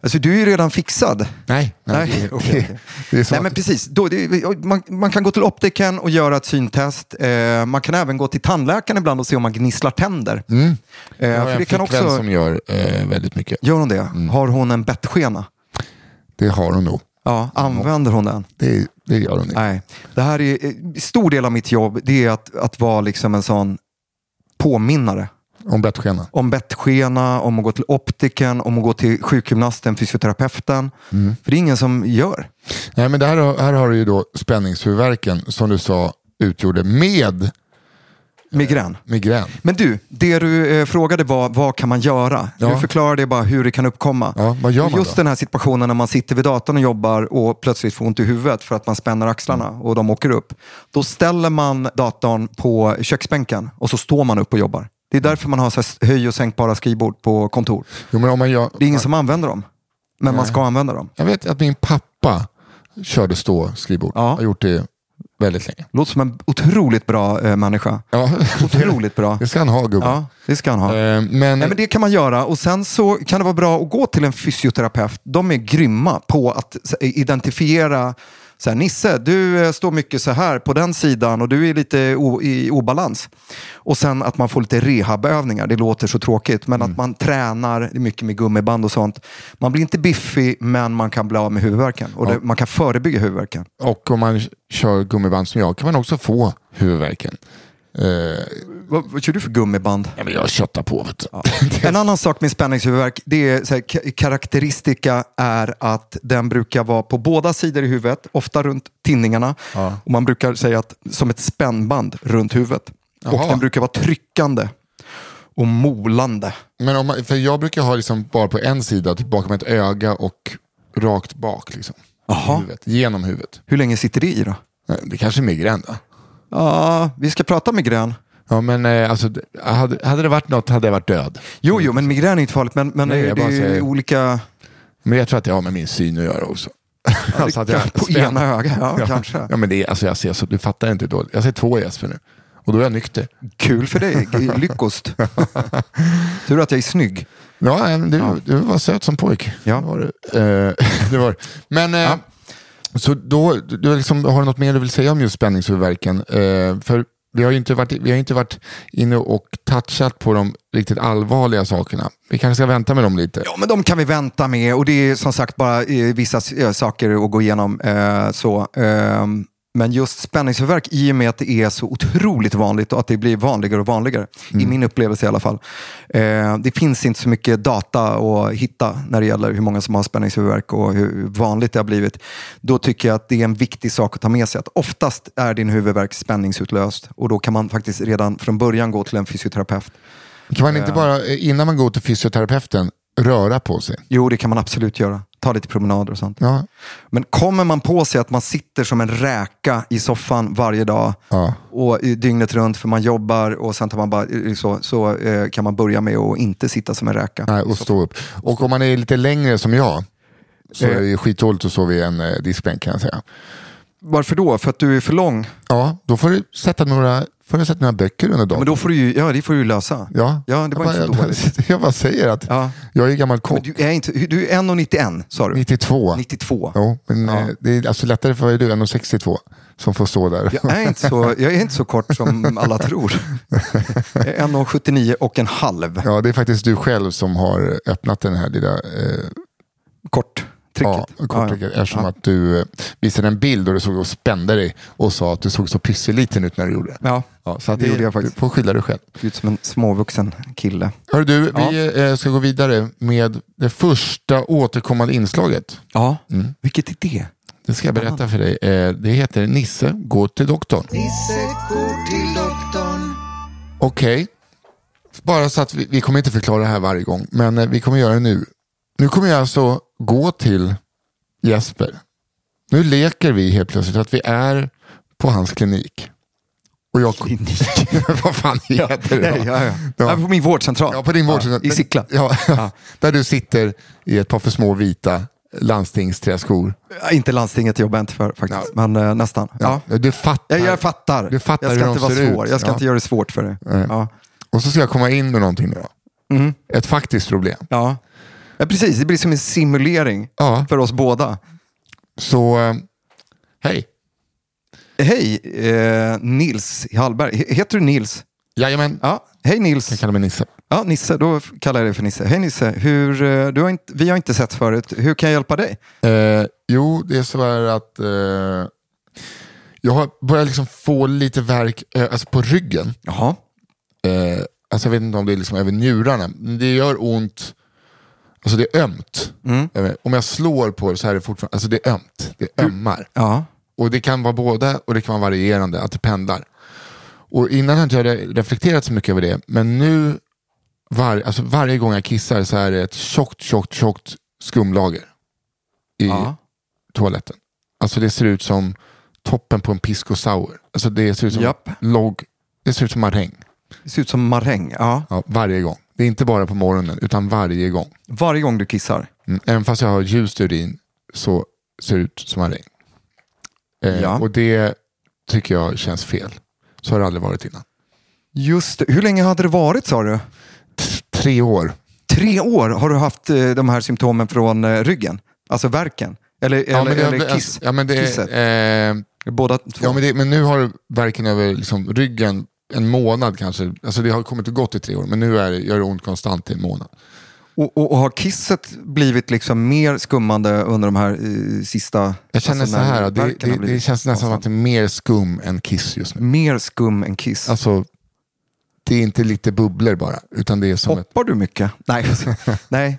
S3: Alltså, du är ju redan fixad.
S4: Nej, nej,
S3: Nej,
S4: *laughs* det,
S3: *laughs* okej,
S4: det,
S3: okej.
S4: det är så
S3: Nej, men
S4: att-
S3: precis. Då, det, man, man kan gå till optiken och göra ett syntest. Eh, man kan även gå till tandläkaren ibland och se om man gnisslar tänder. Eh,
S4: Mm. jag har
S3: för
S4: en
S3: det kan
S4: flickvän
S3: också...
S4: som Mm. gör eh, väldigt mycket.
S3: Gör hon det? Har hon en bettskena?
S4: Det har hon nog.
S3: Ja, använder hon den?
S4: Det, det gör hon nog.
S3: Nej. Det här är, eh, stor del av mitt jobb det är att, att vara liksom en sån påminnare.
S4: Om bettskena.
S3: om bettskena, om att gå till optiken, om att gå till sjukgymnasten, fysioterapeuten.
S4: Mm.
S3: För det är ingen som gör.
S4: Nej, men det här, har- här har du ju då spänningshuvudvärken som du sa utgjorde med
S3: Migrän.
S4: migrän.
S3: Men du, det du eh, frågade var vad kan man göra?
S4: Ja.
S3: Du förklarade bara hur det kan uppkomma.
S4: Ja, vad gör man
S3: Just
S4: då?
S3: den här situationen när man sitter vid datorn och jobbar och plötsligt får ont i huvudet för att man spänner axlarna
S4: Mm.
S3: och de åker upp. Då ställer man datorn på köksbänken och så står man upp och jobbar. Det
S4: Mm.
S3: är därför man har så här höj och sänkbara skrivbord på kontor.
S4: Jo, men om man gör,
S3: Det är ingen som använder dem, men man ska använda dem.
S4: Jag vet att min pappa körde stå skrivbord.
S3: Ja.
S4: Har gjort det väldigt länge.
S3: Låter som en otroligt bra eh, människa. *laughs*
S4: Ja,
S3: Otroligt bra.
S4: Det ska han ha gubben.
S3: Ja, det ska han ha.
S4: Eh, men,
S3: Nej, men det kan man göra och sen så kan det vara bra att gå till en fysioterapeut. De är grymma på att s- identifiera så här, Nisse, du eh, står mycket så här på den sidan och du är lite o- i obalans. Och sen att man får lite rehabövningar. Det låter så tråkigt, men att man tränar det är mycket med gummiband och sånt. Man blir inte biffig, men man kan bli av med huvudvärken. Och det, man kan förebygga huvudvärken.
S4: Och om man kör gummiband som jag kan man också få huvudvärken. Eh,
S3: Vad, vad kör du för gummiband?
S4: ja, men jag köttar på. Vet du.
S3: En annan sak med spänningshuvudvärk, det är så här, ka- karaktäristika är att den brukar vara på båda sidor i huvudet, ofta runt tinningarna. Och man brukar säga att som ett spännband runt huvudet.
S4: Jaha.
S3: Och den brukar vara tryckande och molande.
S4: *laughs* Men om man, för jag brukar ha liksom bara på en sida, typ bakom ett öga och rakt bak. Liksom, I huvudet, genom huvudet.
S3: Hur länge sitter det i då?
S4: Eh, Det kanske är migrän då.
S3: Ja, vi ska prata migrän.
S4: Ja, men eh, alltså, d- hade, hade det varit något hade jag varit död.
S3: Jo, jo, men migrän är inte farligt. Men, men
S4: Nej,
S3: det,
S4: jag
S3: det
S4: bara
S3: är ju
S4: säger-
S3: olika...
S4: Men jag tror att det har med min syn att göra också. Alltså att *laughs* jag-
S3: på
S4: spänn-
S3: ena ögat, ja, kanske.
S4: Ja, men det är, alltså jag ser så, du fattar inte hur dåligt. Jag ser två Jesper nu. Och då är jag nykter.
S3: Kul för dig, g-
S4: *laughs*
S3: lyckost. Tur att jag är snygg.
S4: Ja, nej, men du, du var söt som pojk.
S3: Ja.
S4: Det var du. Eh, *laughs* det var du. Men, eh, så då, du- du liksom, har du något mer du vill säga om just spänningshuvudvärken? Eh, för vi har ju inte varit, vi har inte varit inne och touchat på de riktigt allvarliga sakerna. Vi kanske ska vänta med dem lite.
S3: Ja, men de kan vi vänta med. Och det är som sagt bara eh, vissa s- eh, saker att gå igenom. Eh, så, ehm, men just spänningshuvudvärk, i och med att det är så otroligt vanligt och att det blir vanligare och vanligare, i min upplevelse i alla fall. Eh, det finns inte så mycket data att hitta när det gäller hur många som har spänningshuvudvärk och hur vanligt det har blivit. Då tycker jag att det är en viktig sak att ta med sig. Att oftast är din huvudvärk spänningsutlöst och då kan man faktiskt redan från början gå till en fysioterapeut.
S4: Kan man inte bara, eh, innan man går till fysioterapeuten, röra på sig?
S3: Jo, det kan man absolut göra. Ta lite promenader och sånt.
S4: Ja.
S3: Men kommer man på sig att man sitter som en räka i soffan varje dag
S4: Ja.
S3: och i- dygnet runt för man jobbar och sen tar man bara, så, så eh, kan man börja med att inte sitta som en räka.
S4: Nej, och stå upp. Och om man är lite längre som jag, så är det ju skitdåligt att sova i en eh, diskbänk kan jag säga.
S3: Varför då? För att du är för lång?
S4: Ja, då får du sätta några, får du sätta några böcker under dagen.
S3: Men då får du ju, ja, det får du ju lösa.
S4: ja.
S3: ja det var
S4: jag,
S3: inte så
S4: bara-
S3: dåligt.
S4: *laughs* Jag bara säger att
S3: Ja.
S4: jag är gammal
S3: Men
S4: kock.
S3: du är, inte, du är 1,91 sa du?
S4: 92.
S3: 92.
S4: Jo, men eh, det är alltså lättare för dig än 62 som får stå där.
S3: Jag är, inte så, jag är inte så kort som alla tror. Jag är 1,79 och en halv.
S4: *laughs* Ja, det är faktiskt du själv som har öppnat den här lilla eh,
S3: Kort. Tricket.
S4: Ja, korttricket. Eftersom att du eh, visade en bild och du såg och spände dig och sa att du såg så pytteliten ut när du gjorde det.
S3: Ja,
S4: Ja, så att
S3: det gjorde jag faktiskt.
S4: Du får skylla dig själv.
S3: Ser ut som en småvuxen kille.
S4: Hör du, vi eh, ska gå vidare med det första återkommande inslaget.
S3: Ja, Mm. vilket är det?
S4: Det ska jag berätta för dig. Eh, Det heter Nisse går till doktorn.
S2: Nisse går till doktorn.
S4: Okej, bara så att vi, vi kommer inte förklara det här varje gång, men eh, vi kommer göra det nu. Nu kommer jag alltså gå till Jesper. Nu leker vi helt plötsligt att vi är på hans klinik. Och jag, klinik? *laughs* vad fan heter det?
S3: Nej,
S4: då?
S3: ja, ja.
S4: Ja.
S3: Ja, på min vårdcentral.
S4: Ja, på din vårdcentral.
S3: I Sickla.
S4: Ja, *laughs* Där du sitter i ett par för små vita landstingsträskor.
S3: Ja, Inte landstinget jobbar jag inte för faktiskt, men eh, nästan. Ja.
S4: Du fattar.
S3: Jag, jag fattar.
S4: Du fattar
S3: jag ska
S4: hur de
S3: inte vara
S4: ser
S3: svår.
S4: ut.
S3: Jag ska
S4: Ja.
S3: inte göra det svårt för dig. Ja.
S4: Och så ska jag komma in med någonting nu då.
S3: Mm.
S4: Ett faktiskt problem.
S3: Ja. Ja, precis. Det blir som en simulering
S4: Ja.
S3: för oss båda.
S4: Så, eh, hej.
S3: Hej, eh, Nils Hallberg. He- Heter du Nils?
S4: Jajamän.
S3: Ja. Hej
S4: Jag
S3: Nils.
S4: kallar mig Nisse.
S3: Ja, Nisse, då f- kallar jag dig för Nisse. Hej Nisse, Hur, eh, du har inte, vi har inte sett förut. Hur kan jag hjälpa dig?
S4: Eh, jo, det är så här att eh, jag har börjat liksom få lite värk eh, alltså på ryggen.
S3: Jaha.
S4: Eh, alltså jag vet inte om det är liksom över njurarna. Men det gör ont. Alltså det är ömt.
S3: Mm.
S4: Jag vet, Om jag slår på det så här är det fortfarande, alltså det är ömt. Det ömmar.
S3: Ja.
S4: Och det kan vara både och det kan vara varierande, att det pendlar. Och innan har inte jag re- reflekterat så mycket över det, men nu var, alltså varje gång jag kissar så är det ett tjockt, tjockt, tjockt skumlager i
S3: Ja.
S4: toaletten. Alltså det ser ut som toppen på en pisco sour. Alltså det ser ut som
S3: Japp.
S4: log, det ser ut som maräng.
S3: Det ser ut som maräng. Ja.
S4: Ja, varje gång. Det är inte bara på morgonen, utan varje gång.
S3: Varje gång du kissar.
S4: Mm. Även fast jag har ljus urin så ser det ut som maräng. Eh,
S3: Ja.
S4: Och det tycker jag känns fel. Så har det aldrig varit innan.
S3: Just det. Hur länge hade det varit sa du?
S4: T- Tre år.
S3: Tre år har du haft eh, de här symptomen från eh, ryggen? Alltså värken? Eller, eller,
S4: det, alltså,
S3: eller kiss,
S4: ja, men det,
S3: kisset?
S4: eh,
S3: Båda två?
S4: ja, men, det, men nu har det verkligen över liksom, ryggen en månad kanske. Alltså det har kommit och gått i tre år, men nu är det, gör det ont konstant i en månad.
S3: och, och, och har kisset blivit liksom mer skummande under de här eh, sista...
S4: Jag känner
S3: alltså
S4: så
S3: när
S4: här, att det,
S3: värken har
S4: det, det
S3: blivit
S4: känns nästan som att
S3: konstant?
S4: det är mer skum än kiss just nu.
S3: Mer skum än kiss.
S4: Alltså, det är inte lite bubblor bara, utan det är som ett...
S3: Hoppar du mycket? Nej.
S4: *laughs*
S3: Nej.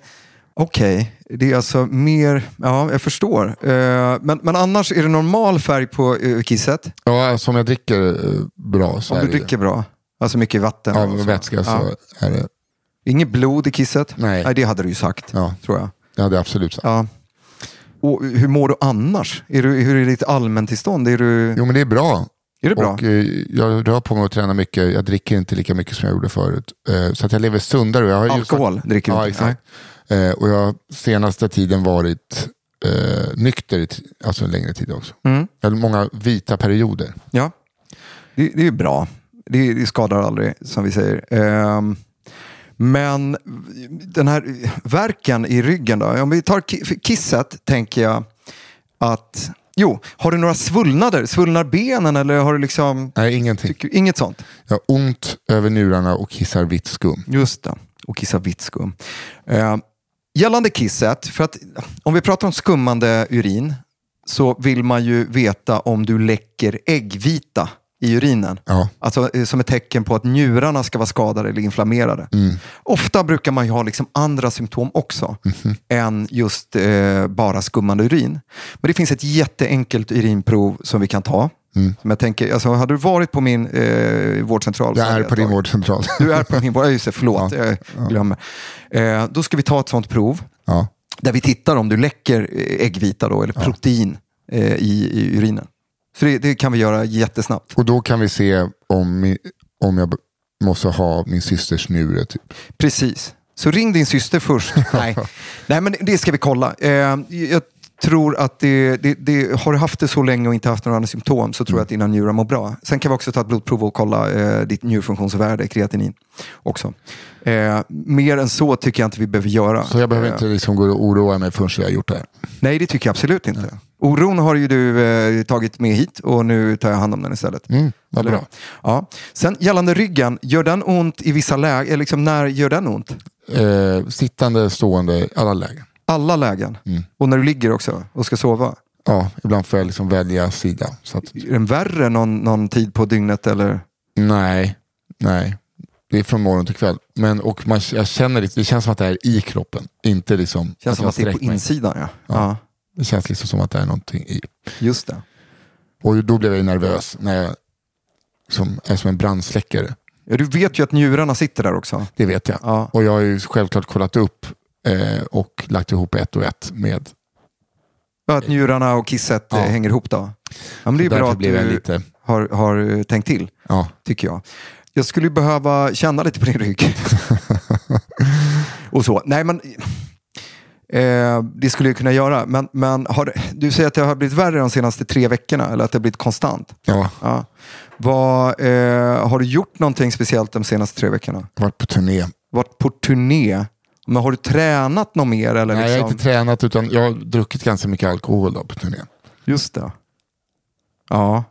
S3: Okej, det är alltså mer... Ja, jag förstår. Eh, men, men annars, är det normal färg på eh, kisset?
S4: Ja, som jag dricker eh, bra så
S3: Om
S4: är
S3: du
S4: det
S3: dricker bra? Alltså mycket vatten?
S4: av
S3: och så.
S4: vätska så
S3: Ja.
S4: är det...
S3: Inget blod i kisset?
S4: Nej.
S3: Nej, det hade du ju sagt,
S4: Ja.
S3: tror jag.
S4: Ja, det är absolut sant.
S3: Ja. Och hur mår du annars? Är du, hur är ditt allmäntillstånd? Är du...
S4: Jo, men det är bra.
S3: Är det bra?
S4: Och, eh, jag rör på mig och tränar mycket. Jag dricker inte lika mycket som jag gjorde förut. Eh, så att jag lever sundare. Jag har ju-
S3: Alkohol dricker du
S4: ja,
S3: inte?
S4: exakt. Eh, och jag har senaste tiden varit eh, nykter, i t- alltså en längre tid också.
S3: Mm.
S4: Jag hade många vita perioder.
S3: Ja, det, det är ju bra. Det, det skadar aldrig, som vi säger. Ehm, men den här verken i ryggen då? Om vi tar ki- för kisset, tänker jag att... Jo, har du några svullnader? Svullnar benen eller har du liksom...
S4: Nej, ingenting.
S3: Tycker, inget sånt?
S4: Jag har ont över njurarna och kissar vitt skum.
S3: Just det, och kissa vitt skum. Eh, gällande kisset, för att om vi pratar om skummande urin så vill man ju veta om du läcker äggvita i urinen.
S4: Ja.
S3: Alltså eh, som ett tecken på att njurarna ska vara skadade eller inflammerade.
S4: Mm.
S3: Ofta brukar man ju ha liksom andra symptom också
S4: Mhm.
S3: än just eh, bara skummande urin. Men det finns ett jätteenkelt urinprov som vi kan ta.
S4: Mm.
S3: Som jag tänker, alltså, hade du varit på min eh, vårdcentral så
S4: Jag
S3: hade
S4: är på din
S3: tagit-
S4: vårdcentral.
S3: du är på min vård. Just det, förlåt. Jag glömmer. Eh, då ska vi ta ett sånt prov
S4: Ja.
S3: där vi tittar om du läcker eh, äggvita då, eller protein eh, i, i urinen. Så det, det kan vi göra jättesnabbt.
S4: Och då kan vi se om, mi- om jag b- måste ha min systers njure. Typ.
S3: Precis. Så ring din syster
S4: *laughs*
S3: först. Nej, Nej men det ska vi kolla. Eh, jag tror att det, det, det, har du haft det så länge och inte haft några andra symptom så tror jag att dina njurar mår bra. Sen kan vi också ta ett blodprov och kolla eh, ditt njurfunktionsvärde, kreatinin, också. Eh, mer än så tycker jag inte vi behöver göra.
S4: Så jag behöver
S3: Eh,
S4: inte liksom gå och oroa mig förrän jag har gjort det här.
S3: Nej, det tycker jag absolut inte. Oron har ju du eh, tagit med hit och nu tar jag hand om den istället.
S4: Mm, vad
S3: Eller
S4: bra.
S3: hur? Ja. Sen gällande ryggen, gör den ont i vissa lägen? Liksom, när gör den ont?
S4: Eh, sittande, stående, alla lägen.
S3: Alla lägen?
S4: Mm.
S3: Och när du ligger också och ska sova?
S4: Ja, ibland får jag liksom välja sida. Så att,
S3: Är den värre någon, någon tid på dygnet? Eller?
S4: nej, nej. Det är från morgon till kväll. Men, och man, jag känner, lite- det känns som att det är i kroppen. Inte liksom
S3: Känns som
S4: jag
S3: att det är på
S4: sträckt mig.
S3: insidan. Ja. Ja.
S4: Det känns liksom som att det är någonting i.
S3: just det.
S4: Och då blev jag ju nervös när jag som, är som en brandsläckare.
S3: Ja, du vet ju att njurarna sitter där också.
S4: Det vet jag.
S3: Ja.
S4: Och jag har ju självklart kollat upp eh, och lagt ihop ett och ett med.
S3: Ja, Att njurarna och kisset
S4: Ja.
S3: eh, hänger ihop då. Ja, men det är
S4: Så
S3: bra
S4: därför
S3: att
S4: blev jag
S3: du
S4: lite...
S3: har, har eh, tänkt till.
S4: Ja.
S3: tycker jag. Jag skulle ju behöva känna lite på din
S4: *laughs*
S3: rygg. och så. Nej, men, eh, det skulle jag kunna göra. Men, men har, det- du säger att det har blivit värre de senaste tre veckorna, eller att det har blivit konstant.
S4: ja,
S3: Ja. Vad, eh, har du gjort någonting speciellt de senaste tre veckorna?
S4: varit på turné.
S3: Varit på turné? Men har du tränat något mer? Eller
S4: Nej, jag har
S3: liksom?
S4: inte tränat utan jag har druckit ganska mycket alkohol då på turnén.
S3: Just det. Ja.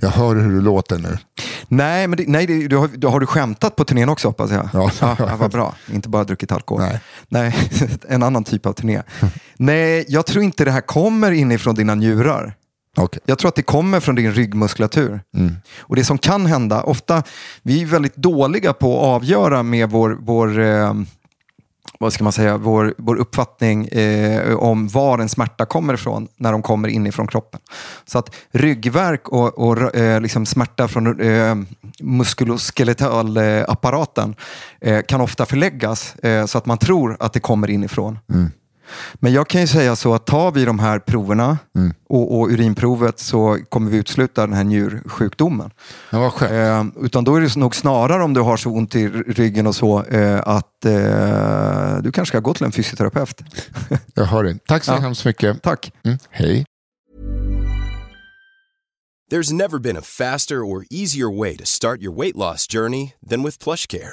S4: Jag hör hur det låter nu.
S3: Nej, men det, nej, det, du har, du, har du skämtat på turnén också hoppas jag?
S4: Ja.
S3: ja vad bra. Inte bara druckit alkohol.
S4: Nej.
S3: Nej, *laughs* en annan typ av turné. nej, jag tror inte det här kommer inifrån dina njurar.
S4: Okej.
S3: Jag tror att det kommer från din ryggmuskulatur. Och det som kan hända, ofta, vi är väldigt dåliga på att avgöra med vår, vår eh, vad ska man säga, vår, vår uppfattning eh, om var en smärta kommer ifrån när de kommer inifrån kroppen. Så att ryggvärk och, och eh, liksom smärta från eh, muskuloskeletal eh, apparaten eh, kan ofta förläggas eh, så att man tror att det kommer inifrån.
S4: Mm.
S3: Men jag kan ju säga så att tar vi de här proverna
S4: Mm.
S3: och, och urinprovet så kommer vi utsluta den här njursjukdomen.
S4: Men vad skönt.
S3: Eh, utan då är det nog snarare om du har så ont i ryggen och så eh, att eh, du kanske ska gå till en fysioterapeut.
S4: Jag hör det. Tack så
S3: Ja.
S4: hemskt mycket.
S3: Tack.
S4: Mm. Hej.
S5: There's never been a faster or easier way to start your weight loss journey than with PlushCare.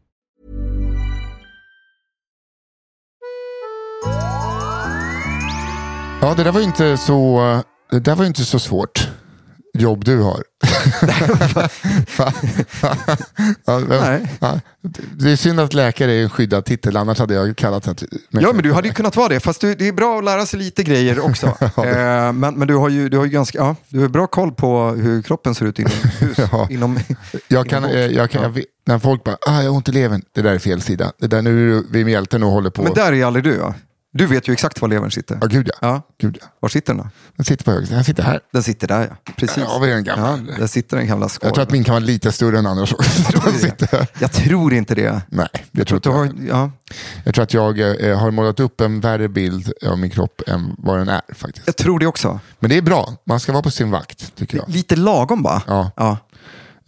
S4: Ja, det där var ju inte så, det där var ju inte så svårt jobb du har. *laughs* Va? Va? Ja, men-
S3: Nej.
S4: ja. Det är synd att läkare är en skyddad titel, annars hade jag kallat det.
S3: Ja, men du hade ju kunnat vara det. Fast du, det är bra att lära sig lite
S4: *laughs*
S3: grejer också. eh, men men du, har ju, du har ju ganska, ja, du har bra koll på hur kroppen ser ut
S4: *laughs*
S3: inomhus.
S4: Ja.
S3: Inom,
S4: Jag kan, eh,
S3: inombords.
S4: jag kan, jag vet- när folk bara, ah, jag har ont i levern, det där är fel sida. Det där nu är vi med hjälten och håller på.
S3: Men där är aldrig du, ja. Du vet ju exakt var levern sitter.
S4: Ja, gud ja.
S3: Ja.
S4: Gud, ja.
S3: Var sitter den då?
S4: Den sitter på höger sida, den sitter här.
S3: Den sitter där, ja. Precis.
S4: Där har vi en gammal.
S3: där sitter den gamla skålen.
S4: Jag tror att min kan vara lite större än andras också. *laughs* Den sitter här.
S3: Jag tror inte det.
S4: Nej, det
S3: Jag tror
S4: tror
S3: att du
S4: inte
S3: har...
S4: jag.
S3: Ja.
S4: Jag tror att jag eh, har målat upp en värre bild av min kropp än vad den är faktiskt.
S3: Jag tror det också.
S4: Men det är bra, man ska vara på sin vakt tycker jag.
S3: Lite lagom bara.
S4: Ja.
S3: Ja.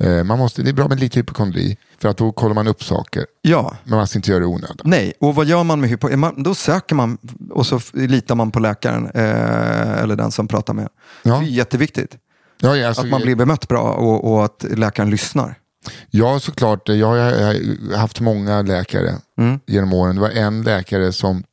S4: Eh, Man måste, det är bra med lite hypokondri, för att då kollar man upp saker.
S3: ja.
S4: Men man ska inte göra det i onödan.
S3: Nej, och vad gör man med hypo... är man- Då söker man och så f- litar man på läkaren eh, eller den som pratar med.
S4: Ja.
S3: Det är jätteviktigt.
S4: Ja, ja, alltså,
S3: Att man blir bemött bra och, och att läkaren lyssnar.
S4: Ja, såklart. Jag har eh, haft många läkare
S3: Mm.
S4: genom åren. Det var en läkare som,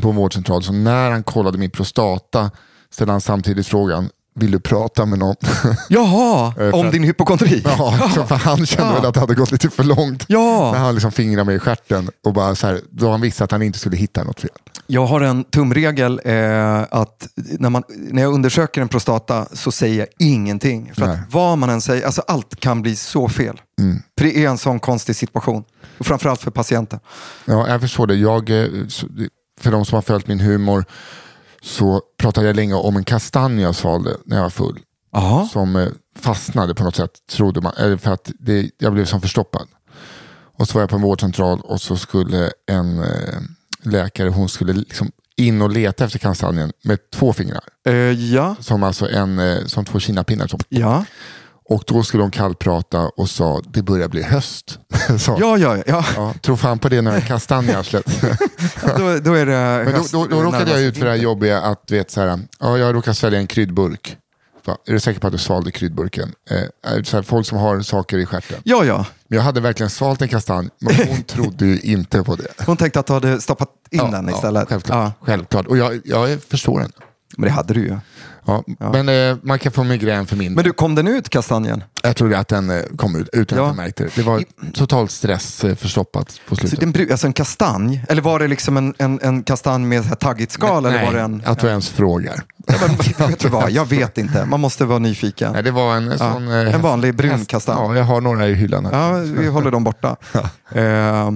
S4: på en vårdcentral som när han kollade min prostata ställde han samtidigt frågan, vill du prata med någon? *laughs*
S3: Jaha,
S4: Eh, för
S3: om
S4: att-
S3: din hypokondri.
S4: Ja, så för han kände
S3: Ja.
S4: väl att det hade gått lite för långt.
S3: Ja.
S4: När han liksom fingrade mig i stjärten och bara så här, då han visste att han inte skulle hitta något fel.
S3: Jag har en tumregel eh, att när, man, när jag undersöker en prostata så säger jag ingenting. För
S4: Nej. Mm.
S3: att vad man än säger, alltså allt kan bli så fel. För det är en sån konstig situation. Och framförallt för patienten.
S4: Ja, jag förstår det. Jag, eh, så- för de som har följt min humor så pratade jag länge om en kastanj jag svalde när jag var full.
S3: Jaha.
S4: Som eh, fastnade på något sätt, trodde man. eh, För att det, jag blev som förstoppad. Och så var jag på en vårdcentral och så skulle en eh, läkare, hon skulle liksom in och leta efter kastanjen med två fingrar.
S3: Eh, ja.
S4: Som alltså en, eh, som två kinapinnar. Så.
S3: Ja.
S4: Och då skulle de kallprata och sa, det börjar bli höst. *laughs* sa hon.
S3: Ja, ja, ja. ja.
S4: Ja, tro fan på det när en kastanj i arslet.
S3: *laughs* Då, då är det
S4: Men då,
S3: höst-
S4: då, då råkade jag
S3: närmast
S4: ut för det här
S3: vinter.
S4: jobbiga att du vet, så här, ja, jag råkade svälja en kryddburk. Va, är du säker på att du svalde kryddburken? Eh, är det så här, folk som har saker i stjärten.
S3: Ja, ja.
S4: Men jag hade verkligen svalt en kastanj, men
S3: *laughs*
S4: hon trodde ju inte på det.
S3: Hon tänkte att du hade stoppat in
S4: Ja,
S3: den
S4: ja,
S3: istället.
S4: självklart. självklart. Och jag, jag förstår henne.
S3: Men det hade du ju.
S4: Ja, Men eh, man kan få migrän för mindre.
S3: Men du, kom den ut kastanjen?
S4: Jag trodde att den eh, kom ut utan
S3: Ja.
S4: att jag märkte det. Det var totalt stress eh, förstoppat på
S3: Så
S4: slutet.
S3: den, bru- alltså en kastanj? Eller var det liksom en, en, en kastanj med så här taggigt skal? eller var det en,
S4: att du ens frågar.
S3: vet du
S4: *laughs*
S3: vad? Jag vet inte. Man måste vara nyfiken.
S4: Nej, det var en,
S3: Ja,
S4: sån... eh,
S3: en vanlig brun
S4: häst-
S3: kastanj.
S4: Ja, jag har några i hyllan här.
S3: Ja, vi håller dem
S4: *laughs*
S3: borta. Eh,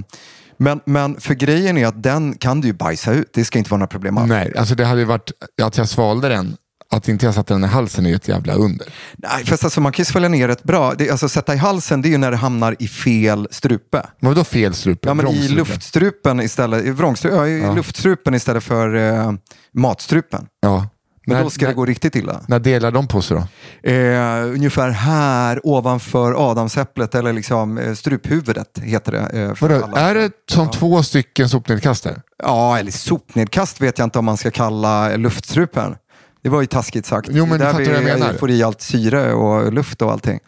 S3: men, men för grejen är att den kan du ju bajsa ut. Det ska inte vara några problem alls.
S4: Nej, alltså det hade ju varit att jag svalde den. Att inte jag satte den i halsen är ju ett jävla under.
S3: Nej, fast alltså, man kan ju svälja ner rätt bra. Det, alltså, sätta i halsen, det är ju när det hamnar i fel strupe.
S4: Men vadå fel strupe?
S3: Ja, men i
S4: Vrångstrupe.
S3: luftstrupen istället, i, vrångstru- ja, i luftstrupen istället för eh, matstrupen.
S4: Ja.
S3: Men
S4: när,
S3: då ska
S4: när,
S3: det gå riktigt illa.
S4: när delar de på sig då?
S3: Eh, ungefär här ovanför adamsäpplet eller liksom eh, struphuvudet heter det. Eh, för
S4: Vadå,
S3: alla.
S4: är det som två stycken sopnedkastare?
S3: Ja, eller sopnedkast vet jag inte om man ska kalla eh, luftstrupen. Det var ju taskigt sagt.
S4: Jo, men
S3: Det är
S4: du
S3: där
S4: fattar vad jag menar.
S3: får i allt syre och luft och allting.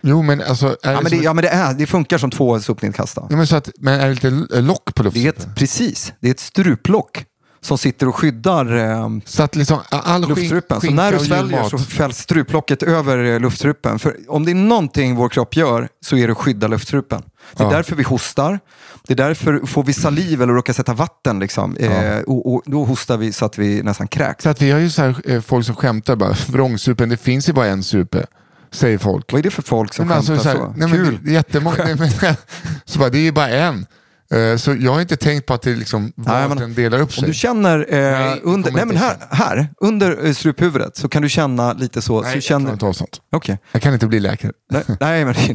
S4: Jo, men alltså... Är
S3: Ja,
S4: det
S3: men det,
S4: som- Mm.
S3: ja, men det, är, det funkar som två sopnedkast. Då.
S4: Ja, men, så att, men är det lite l- lock på
S3: Det är
S4: luftstrupen?
S3: ett, precis, det är ett struplock som sitter och skyddar eh,
S4: Så att liksom all skin-
S3: luftstrupen. Så
S4: skinka
S3: när du
S4: och
S3: sväljer
S4: julmat-
S3: så fälls struplocket över eh, luftstrupen. För om det är någonting vår kropp gör så är det att skydda luftstrupen. Det är
S4: Ja.
S3: därför vi hostar. Det är därför får vi saliv eller råkar sätta vatten. Liksom. Eh, och, och då hostar vi så att vi nästan kräks.
S4: Så att vi har ju så här, eh, folk som skämtar bara, vrångsupen, det finns ju bara en supe, säger folk.
S3: Vad är det för folk som
S4: Nej, men
S3: skämtar
S4: alltså,
S3: så?
S4: så här, *laughs* nej, men
S3: Kul.
S4: Det är jättemånga. nej, men- så bara, det är ju bara en. Eh, Så jag har inte tänkt på att det liksom,
S3: Nej,
S4: vart
S3: men-
S4: den delar upp sig.
S3: Om du känner eh,
S4: Nej, det
S3: under,
S4: kommer
S3: nej,
S4: inte
S3: men här, här, under eh, struphuvudet så kan du känna lite så.
S4: Nej,
S3: så
S4: jag klarar
S3: känner,
S4: inte av sånt.
S3: Okej.
S4: Jag kan inte bli läkare.
S3: Nej, nej, men det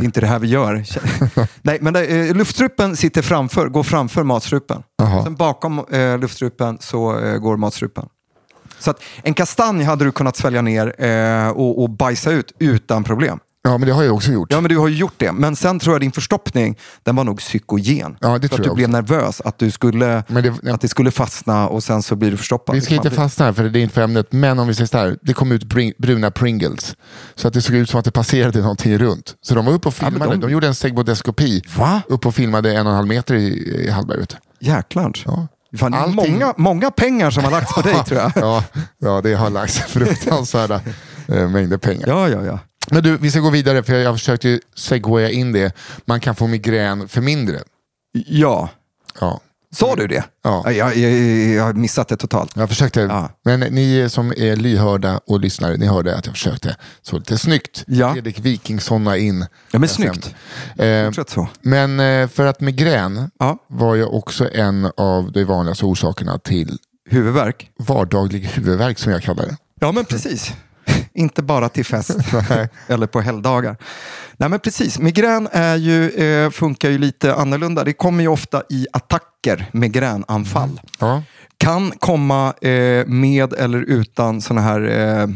S3: är inte det här vi
S4: *laughs*
S3: gör. Nej, men det, eh, luftstrupen sitter framför, går framför matstrupen.
S4: Jaha.
S3: Sen bakom eh, luftstrupen så eh, går matstrupen. Så att en kastanj hade du kunnat svälja ner eh, och, och bajsa ut utan problem.
S4: Ja, men det har jag också gjort.
S3: Ja, men du har ju gjort det. Men sen tror jag din förstoppning, den var nog psykogen.
S4: Ja,
S3: För
S4: det
S3: att
S4: tror jag
S3: du
S4: också.
S3: blev nervös att, du skulle,
S4: Men det-
S3: att det skulle fastna och sen så blir du förstoppad.
S4: Vi ska inte fastna här, för det är inte för ämnet. Men om vi säger så här, det kom ut bring- bruna Pringles. Så att det såg ut som att det passerade någonting runt. Så de var uppe och
S3: men
S4: filmade.
S3: de-
S4: de... gjorde en segmodeskopi.
S3: Va?
S4: Upp och filmade en och en halv meter i, i
S3: *laughs*
S4: halva ut.
S3: Jäklar.
S4: Ja.
S3: Fan, det är
S4: Allting-
S3: många, många pengar som har lagts på dig
S4: *laughs*
S3: tror jag.
S4: ja, ja, det har lagts fruktansvärda eh, mängder pengar.
S3: Ja, ja, ja.
S4: Men du, vi ska gå vidare, för jag försökte ju segwaya in det. Man kan få migrän för mindre.
S3: Ja.
S4: Ja.
S3: Sa du det?
S4: Ja.
S3: Jag, jag, jag har missat det totalt.
S4: Jag försökte,
S3: Ja.
S4: men ni som är lyhörda och lyssnare, ni hörde att jag försökte så lite snyggt.
S3: Ja.
S4: Fredrik Wikingssona in.
S3: Ja, men snyggt.
S4: Eh,
S3: Fortsätt så.
S4: men eh, för att migrän
S3: Ja.
S4: var ju också en av de vanligaste orsakerna till
S3: Huvudvärk?
S4: vardaglig huvudvärk som jag kallar det.
S3: Ja, men precis. *laughs* Inte bara till fest eller på helgdagar. Nej, men precis. Migrän är ju, eh, funkar ju lite annorlunda. Det kommer ju ofta i attacker, migränanfall.
S4: Mm. Ja.
S3: Kan komma eh, med eller utan sådana här eh,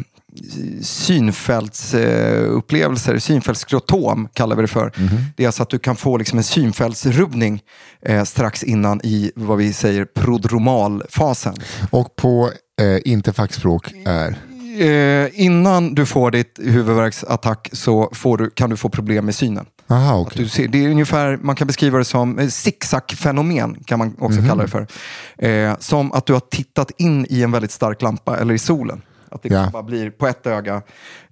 S3: synfältsupplevelser. Eh, upplevelser. Synfältskrotom kallar vi det för. Det är alltså att du kan få liksom en synfältsrubbning eh, strax innan i vad vi säger prodromalfasen.
S4: Och på eh, inte fackspråk är...
S3: Eh, innan du får ditt huvudvärksattack så får du, kan du få problem med synen.
S4: Aha,
S3: Att
S4: okay.
S3: Du ser, det är ungefär, man kan beskriva det som eh, zigzag-fenomen, kan man också kalla det för. Eh, som att du har tittat in i en väldigt stark lampa eller i solen. Att det
S4: Ja.
S3: bara blir på ett öga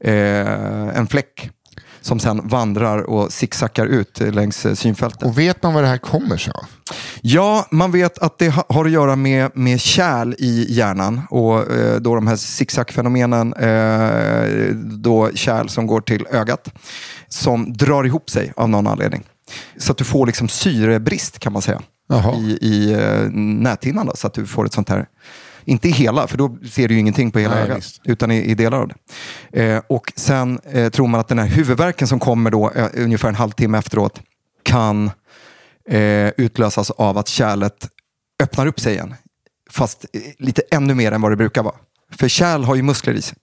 S3: eh, en fläck som sen vandrar och zigzaggar ut eh, längs eh, synfältet.
S4: Och vet man vad det här kommer sig av?
S3: Ja, man vet att det ha- har att göra med, med kärl i hjärnan och eh, då de här zigzagfenomenen, eh, då kärl som går till ögat, som drar ihop sig av någon anledning. Så att du får liksom syrebrist kan man säga
S4: Jaha.
S3: i, i eh, näthinnan. Då, så att du får ett sånt här, inte i hela, för då ser du ju ingenting på hela
S4: Nej,
S3: ögat,
S4: visst.
S3: utan i, i delar av det. Eh, och sen eh, tror man att den här huvudvärken som kommer då eh, ungefär en halvtimme efteråt kan eh, utlösas av att kärlet öppnar upp sig igen. Fast eh, lite ännu mer än vad det brukar vara. För kärl har ju muskler i sig.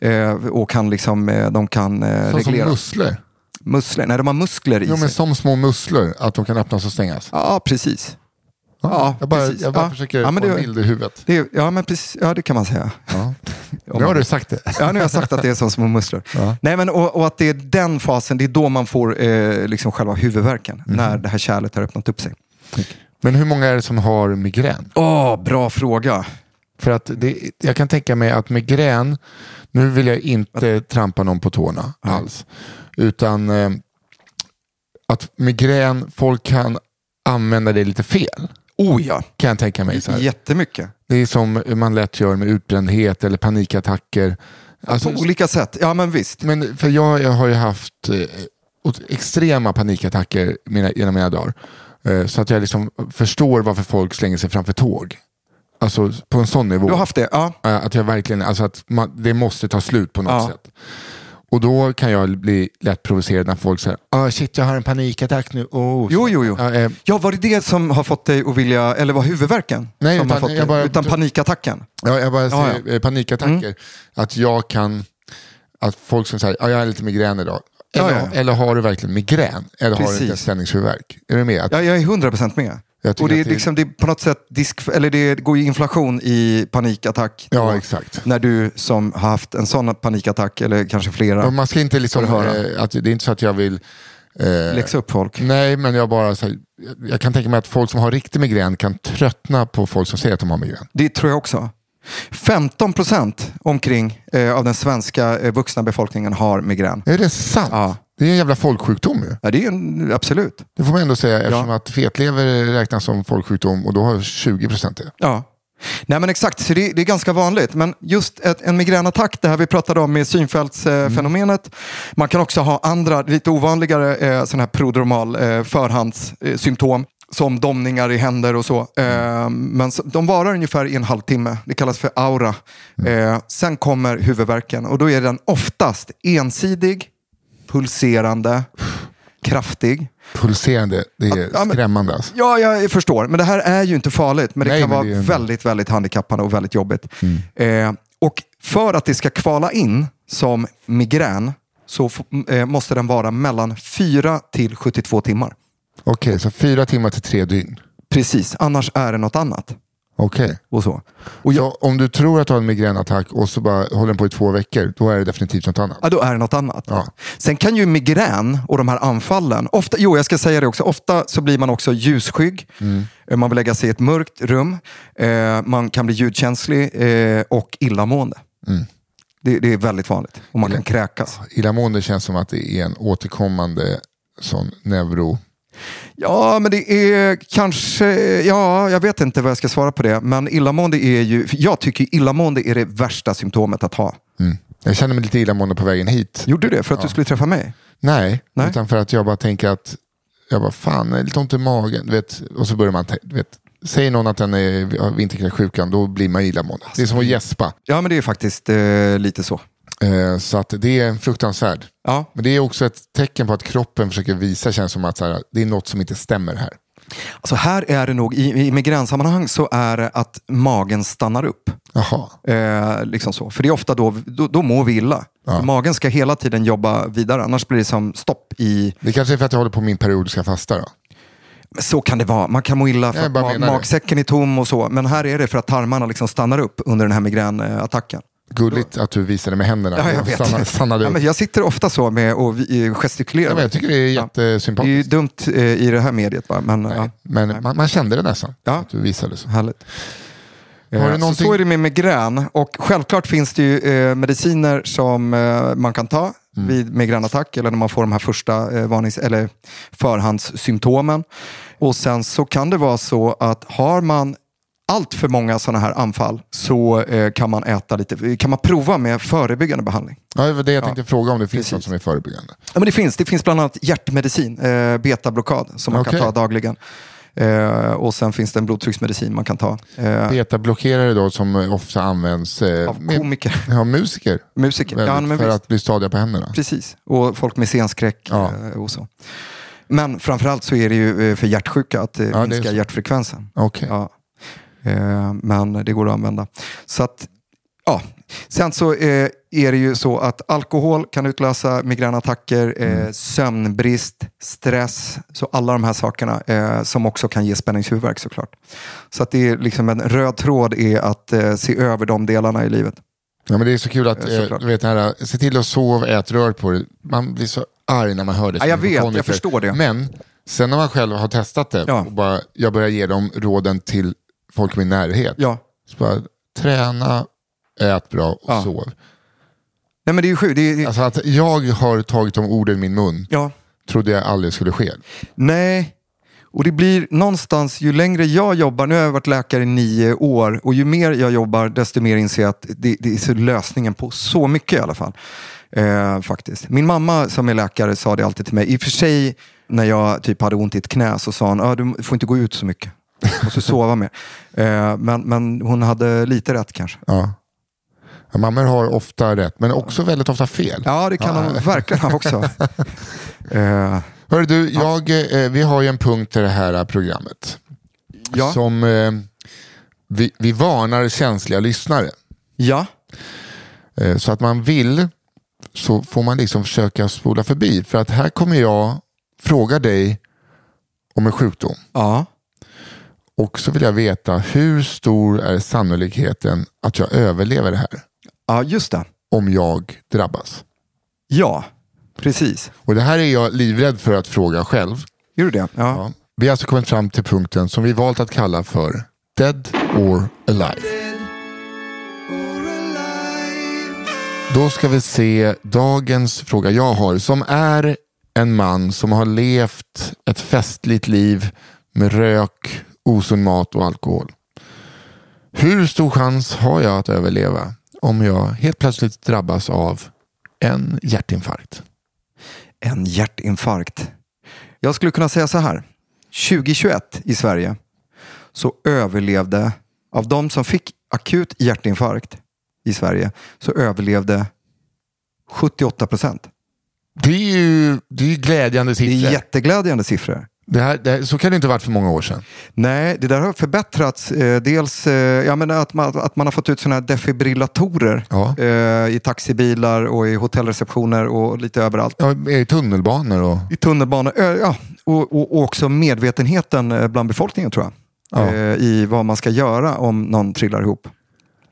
S3: Eh, och kan liksom, eh, de kan eh,
S4: Som, som
S3: reglera.
S4: musslor?
S3: muskler? Nej, de har muskler i
S4: Jo, men
S3: sig.
S4: som små musslor, att de kan öppnas och stängas.
S3: Ja, precis. Ja,
S4: jag bara,
S3: precis.
S4: jag bara
S3: Ja.
S4: försöker
S3: Ja, men
S4: få
S3: det-
S4: en bild i huvudet.
S3: Det, är- ja, men precis, *laughs* ja, det kan man säga.
S4: Ja. Nu har du sagt det.
S3: Ja, nu har jag sagt att det är som små
S4: *laughs*
S3: musslor. Nej, men, och, och att det är den fasen, det är då man får eh, liksom själva huvudvärken.
S4: Mhm.
S3: När det här kärlet har öppnat upp sig.
S4: Men hur många är det som har migrän?
S3: Åh, bra fråga.
S4: För att det, jag kan tänka mig att migrän, nu vill jag inte trampa någon på tårna alls, utan eh, att migrän, folk kan använda det lite fel.
S3: Oh ja,
S4: Kan jag tänka mig. Så här.
S3: jättemycket.
S4: Det är som man lätt gör med utbrändhet eller panikattacker. Alltså,
S3: På olika sätt. Ja, men visst.
S4: men för jag, jag har ju haft eh, ot- extrema panikattacker mina, genom mina dagar. Eh, så att jag liksom förstår varför folk slänger sig framför tåg. Alltså på en sån nivå.
S3: Du har haft det? Ja.
S4: Eh, Att jag verkligen, alltså att man, det måste ta slut på något
S3: Ja.
S4: sätt. Och då kan jag bli lätt provocerad när folk säger, ah, shit jag har en panikattack nu. Oh.
S3: Jo, jo, jo.
S4: Ja, eh,
S3: Ja, var det det som har fått dig att vilja, eller var huvudvärken?
S4: Nej,
S3: som har
S4: utan-
S3: fått dig,
S4: jag bara-
S3: utan panikattacken?
S4: ja, jag bara
S3: Ja, Mm.
S4: säger eh, panikattacker. Att jag kan, att folk som säger, ah, jag har lite migrän idag.
S3: Ja,
S4: Eller,
S3: ja.
S4: eller har du verkligen migrän? Eller har du
S3: Precis.
S4: inte ställningshuvudvärk? Är du med? Att,
S3: Ja, jag är 100 procent med.
S4: Jag tycker
S3: Och det är
S4: att det-
S3: liksom, det är på något sätt disk, eller det går ju inflation i panikattack.
S4: Ja,
S3: Och
S4: exakt.
S3: När du som har haft en sån panikattack, eller kanske flera,
S4: Och Man ska inte liksom,
S3: Får du höra.
S4: eh, att, det är inte så att jag vill... eh,
S3: läxa upp folk.
S4: Nej, men jag bara, så här, jag- jag kan tänka mig att folk som har riktig migrän kan tröttna på folk som säger att de har migrän.
S3: Det tror jag också. 15 procent omkring eh, av den svenska eh, vuxna befolkningen har migrän.
S4: Är det sant?
S3: Ja.
S4: Det är en jävla folksjukdom ju.
S3: Ja, det är en, absolut.
S4: Det får man ändå säga eftersom
S3: Ja.
S4: att fetlever räknas som folksjukdom och då har 20% det.
S3: Ja. Nej men exakt, så det, det är ganska vanligt. Men just ett, en migränattack, det här vi pratade om med synfältsfenomenet. Eh, fenomenet. Man kan också ha andra, lite ovanligare eh, sådana här prodromal eh, förhandssymptom. Eh, symptom. som domningar i händer och så. Eh, men så- de varar ungefär i en halvtimme. Det kallas för aura. Eh, sen kommer huvudvärken och då är den oftast ensidig, pulserande, kraftig.
S4: Pulserande, det är
S3: ja, men-
S4: skrämmande. Alltså.
S3: Ja, jag förstår. Men det här är ju inte farligt. Men det
S4: Nej,
S3: kan
S4: men
S3: vara
S4: det är ju Mm. en-
S3: väldigt, väldigt handikappande och väldigt jobbigt. Eh, och för att det ska kvala in som migrän så f- eh, måste den vara mellan 4 till 72 timmar.
S4: Okej, så fyra timmar till tre dygn.
S3: Precis, annars är det något annat.
S4: Okej.
S3: Och så.
S4: Och jag, om du tror att du har en migränattack och så bara håller den på i två veckor, då är det definitivt något annat.
S3: Ja, då är det något annat.
S4: Ja.
S3: Sen kan ju migrän och de här anfallen, ofta, jo jag ska säga det också, ofta så blir man också ljusskygg. Eh, Man vill lägga sig i ett mörkt rum. Eh, man kan bli ljudkänslig eh, och illamående. Det, det är väldigt vanligt. Och man kan kräkas.
S4: Illamående känns som att det är en återkommande sån neuro...
S3: Ja, men det är kanske... Ja, jag vet inte vad jag ska svara på det. Men illamående är ju... för Jag tycker illamående är det värsta symptomet att ha.
S4: Mm. Jag känner mig lite illamående på vägen hit.
S3: Gjorde du det för att du skulle träffa mig?
S4: Nej,
S3: Nej.
S4: utan för att jag bara tänker att jag bara, fan, jag har lite ont i magen. Du vet, och så börjar man, tän- du vet, säger någon att den är har vinterkräksjukan, då blir man illamående. Det är som att gäspa.
S3: Ja, men det är faktiskt eh, lite så.
S4: Eh, så att det är en fruktansvärd.
S3: Ja.
S4: Men det är också ett tecken på att kroppen försöker visa, känns som att så här, det är något som inte stämmer här.
S3: Alltså här är det nog, i, i migränsammanhang så är det att magen stannar upp.
S4: Jaha,
S3: Eh, liksom så. För det är ofta då, då, då mår vi illa.
S4: Ja.
S3: Magen ska hela tiden jobba vidare, annars blir det som stopp i...
S4: det kanske är för att jag håller på min periodiska fasta då.
S3: Så kan det vara, man kan må illa för
S4: Jag
S3: att
S4: bara
S3: ma-
S4: menar det.
S3: magsäcken är tom och så. Men här är det för att tarmarna liksom stannar upp under den här migränattacken.
S4: Gulligt att du visade med händerna.
S3: Ja, jag vet.
S4: Stannade,
S3: *laughs*
S4: stannade
S3: Ja,
S4: upp.
S3: men jag sitter ofta så med och vi- eh, gestikulerar.
S4: Ja, men jag tycker det är
S3: Ja. Det är
S4: jättesympatiskt.
S3: ju dumt eh, i det här mediet bara, men ja,
S4: Men man, man kände det nästan,
S3: Ja.
S4: att du visade så.
S3: härligt.
S4: Har
S3: Eh,
S4: du
S3: Så,
S4: någonting-
S3: så är det med migrän. Och självklart finns det ju eh, mediciner som eh, man kan ta
S4: Mm.
S3: vid migränattack eller när man får de här första eh, varnings eller förhandssymptomen. Och sen så kan det vara så att har man allt för många sådana här anfall så eh, kan man äta lite, kan man prova med förebyggande behandling.
S4: Ja, det var det jag tänkte fråga om det finns
S3: precis.
S4: något som är förebyggande.
S3: Ja, men det, finns, det finns bland annat hjärtmedicin, eh, betablockad, som man kan
S4: Okej.
S3: ta dagligen. Eh, och sen finns det en blodtrycksmedicin man kan ta. Eh,
S4: Betablockerare då som eh, ofta används eh,
S3: av
S4: med-
S3: komiker,
S4: Ja, musiker.
S3: musiker. Ja,
S4: Väldigt,
S3: men
S4: för
S3: visst.
S4: att bli stadiga på händerna.
S3: Precis, och folk med scenskräck
S4: Ja.
S3: eh, och så. Men framförallt så är det ju eh, för hjärtsjuka att eh,
S4: Ja, det är
S3: minska
S4: så.
S3: hjärtfrekvensen.
S4: Okej.
S3: Ja. Eh, Men det går att använda. Så att, ja. Sen så eh, är det ju så att alkohol kan utlösa migränattacker, eh,
S4: Mm.
S3: sömnbrist, stress. Så alla de här sakerna eh, som också kan ge spänningshuvudvärk såklart. Så att det är liksom en röd tråd är att eh, se över de delarna i livet.
S4: Ja, men det är så kul att,
S3: Ja,
S4: eh,
S3: såklart.
S4: du vet, det här, eh, se till att sova, ät, rör på dig. Man blir så arg när man hör det.
S3: Ja, jag
S4: som en
S3: vet, jag
S4: koniker.
S3: förstår det.
S4: Men sen när man själv har testat det
S3: Ja.
S4: och bara, jag börjar ge de råden till folk i min närhet.
S3: Ja.
S4: Så bara, träna, ät bra och
S3: Ja.
S4: sov.
S3: Nej men det är ju sjukt. Det är,
S4: Alltså att jag har tagit de orden i min mun
S3: ja.
S4: trodde jag aldrig skulle ske.
S3: Nej, och det blir någonstans ju längre jag jobbar, nu har jag varit läkare i nio år och ju mer jag jobbar desto mer inser jag att det, det är så lösningen på så mycket i alla fall. Eh, faktiskt. Min mamma som är läkare sa det alltid till mig, i och för sig när jag typ hade ont i ett knä så sa hon, ah, du får inte gå ut så mycket. Du måste sova *laughs* mer. Eh, men, men hon hade lite rätt kanske.
S4: Ja. Ja, mammor har ofta rätt, men också väldigt ofta fel.
S3: Ja, det kan hon verkligen ha också. *laughs* Eh,
S4: Hörru du, jag, eh, vi har ju en punkt i det här programmet.
S3: Ja.
S4: Som eh, vi, vi varnar känsliga lyssnare.
S3: ja,
S4: Eh, så att man vill så får man liksom försöka spola förbi. För att här kommer jag fråga dig om en sjukdom.
S3: ja.
S4: Och så vill jag veta hur stor är sannolikheten att jag överlever det här
S3: ja, just det.
S4: om jag drabbas.
S3: Ja, precis.
S4: Och det här är jag livrädd för att fråga själv.
S3: Gjorde du det? ja.
S4: Ja. Vi har alltså kommit fram till punkten som vi valt att kalla för Dead or Alive. Då ska vi se dagens fråga jag har som är en man som har levt ett festligt liv med rök, osund mat och alkohol. Hur stor chans har jag att överleva om jag helt plötsligt drabbas av en hjärtinfarkt?
S3: En hjärtinfarkt. Jag skulle kunna säga så här. 2021 i Sverige så överlevde, av de som fick akut hjärtinfarkt i Sverige, så överlevde 78 procent.
S4: Det är ju det är ju glädjande
S3: Det
S4: siffror.
S3: är jätteglädjande siffror.
S4: Det här, det här, så kan det inte ha varit för många år sedan.
S3: Nej, det där har förbättrats. Eh, dels eh, jag menar att, man, att man har fått ut sådana här defibrillatorer
S4: Ja.
S3: eh, i taxibilar och i hotellreceptioner och lite överallt.
S4: Ja, I tunnelbanor och...
S3: I tunnelbanan. Eh, Ja, och, och, och också medvetenheten eh, bland befolkningen tror jag.
S4: Ja.
S3: Eh, I vad man ska göra om någon trillar ihop.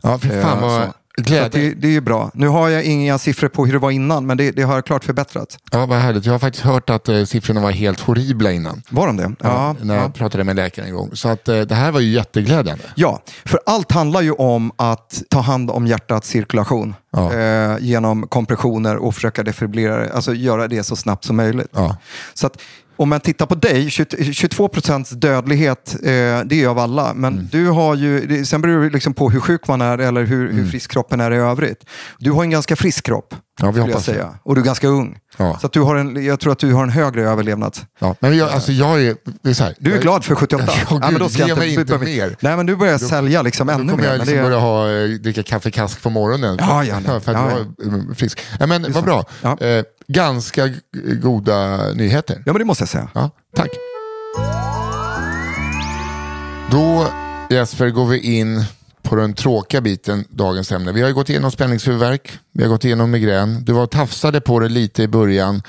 S4: Ja, fy fan
S3: Eh,
S4: vad
S3: så. Så att
S4: glädje.
S3: det, det är ju bra. Nu har jag inga siffror på hur det var innan, men det, det har klart förbättrats.
S4: Ja, vad härligt. Jag har faktiskt hört att eh, siffrorna var helt horribla innan.
S3: Var de det? Ja.
S4: När jag pratade med läkaren en gång. Så att, eh, det här var ju jätteglädjande.
S3: Ja, för allt handlar ju om att ta hand om hjärtats cirkulation
S4: Ja.
S3: eh, genom kompressioner och försöka defibrillera det, alltså göra det så snabbt som möjligt.
S4: Ja.
S3: Så att om man tittar på dig, 20 22 procents dödlighet, eh, det är av alla. Men
S4: Mm.
S3: du har ju, det- sen beror det liksom på hur sjuk man är eller hur, hur frisk kroppen är i övrigt. Du har en ganska frisk kropp,
S4: Mm. Ja, vi
S3: skulle jag
S4: hoppas det.
S3: säga. Och du är ganska ung.
S4: Ja.
S3: Så att du har en, jag tror att du har en högre överlevnads...
S4: Ja. Men jag, alltså, jag är... Det är så här,
S3: Du är
S4: jag,
S3: glad
S4: *laughs*
S3: för 78?
S4: Ja, gud, ge mig inte
S3: behöver-
S4: mer.
S3: Nej, men du börjar sälja liksom
S4: Då
S3: ännu mer.
S4: kommer jag
S3: men
S4: liksom
S3: det-
S4: börja ha, eh, dricka kaffekask på morgonen.
S3: Ja, ja, nej.
S4: *laughs* för att
S3: Ja,
S4: vara eh, frisk. Ja, men vad bra.
S3: Ja.
S4: Eh, ganska g- goda nyheter.
S3: Ja, men det måste jag säga.
S4: Ja, tack. Då Jesper går vi in på den tråkiga biten, dagens ämne. Vi har ju gått igenom spänningshuvudvärk, vi har gått igenom migrän. Du var och tafsade på det lite i början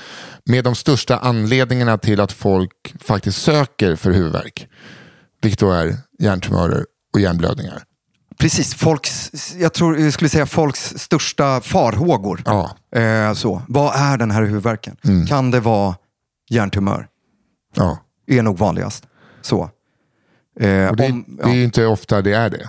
S4: med de största anledningarna till att folk faktiskt söker för huvudvärk. Vilket då är hjärntumörer och hjärnblödningar.
S3: Precis, folks, jag, tror, jag skulle säga folks största farhågor.
S4: Ja, Mm.
S3: Eh, så. Vad är den här huvudvärken? Kan det vara hjärntumör?
S4: ja.
S3: Är nog vanligast. Så. Eh,
S4: Och det,
S3: om-
S4: det är ju inte ofta det är det.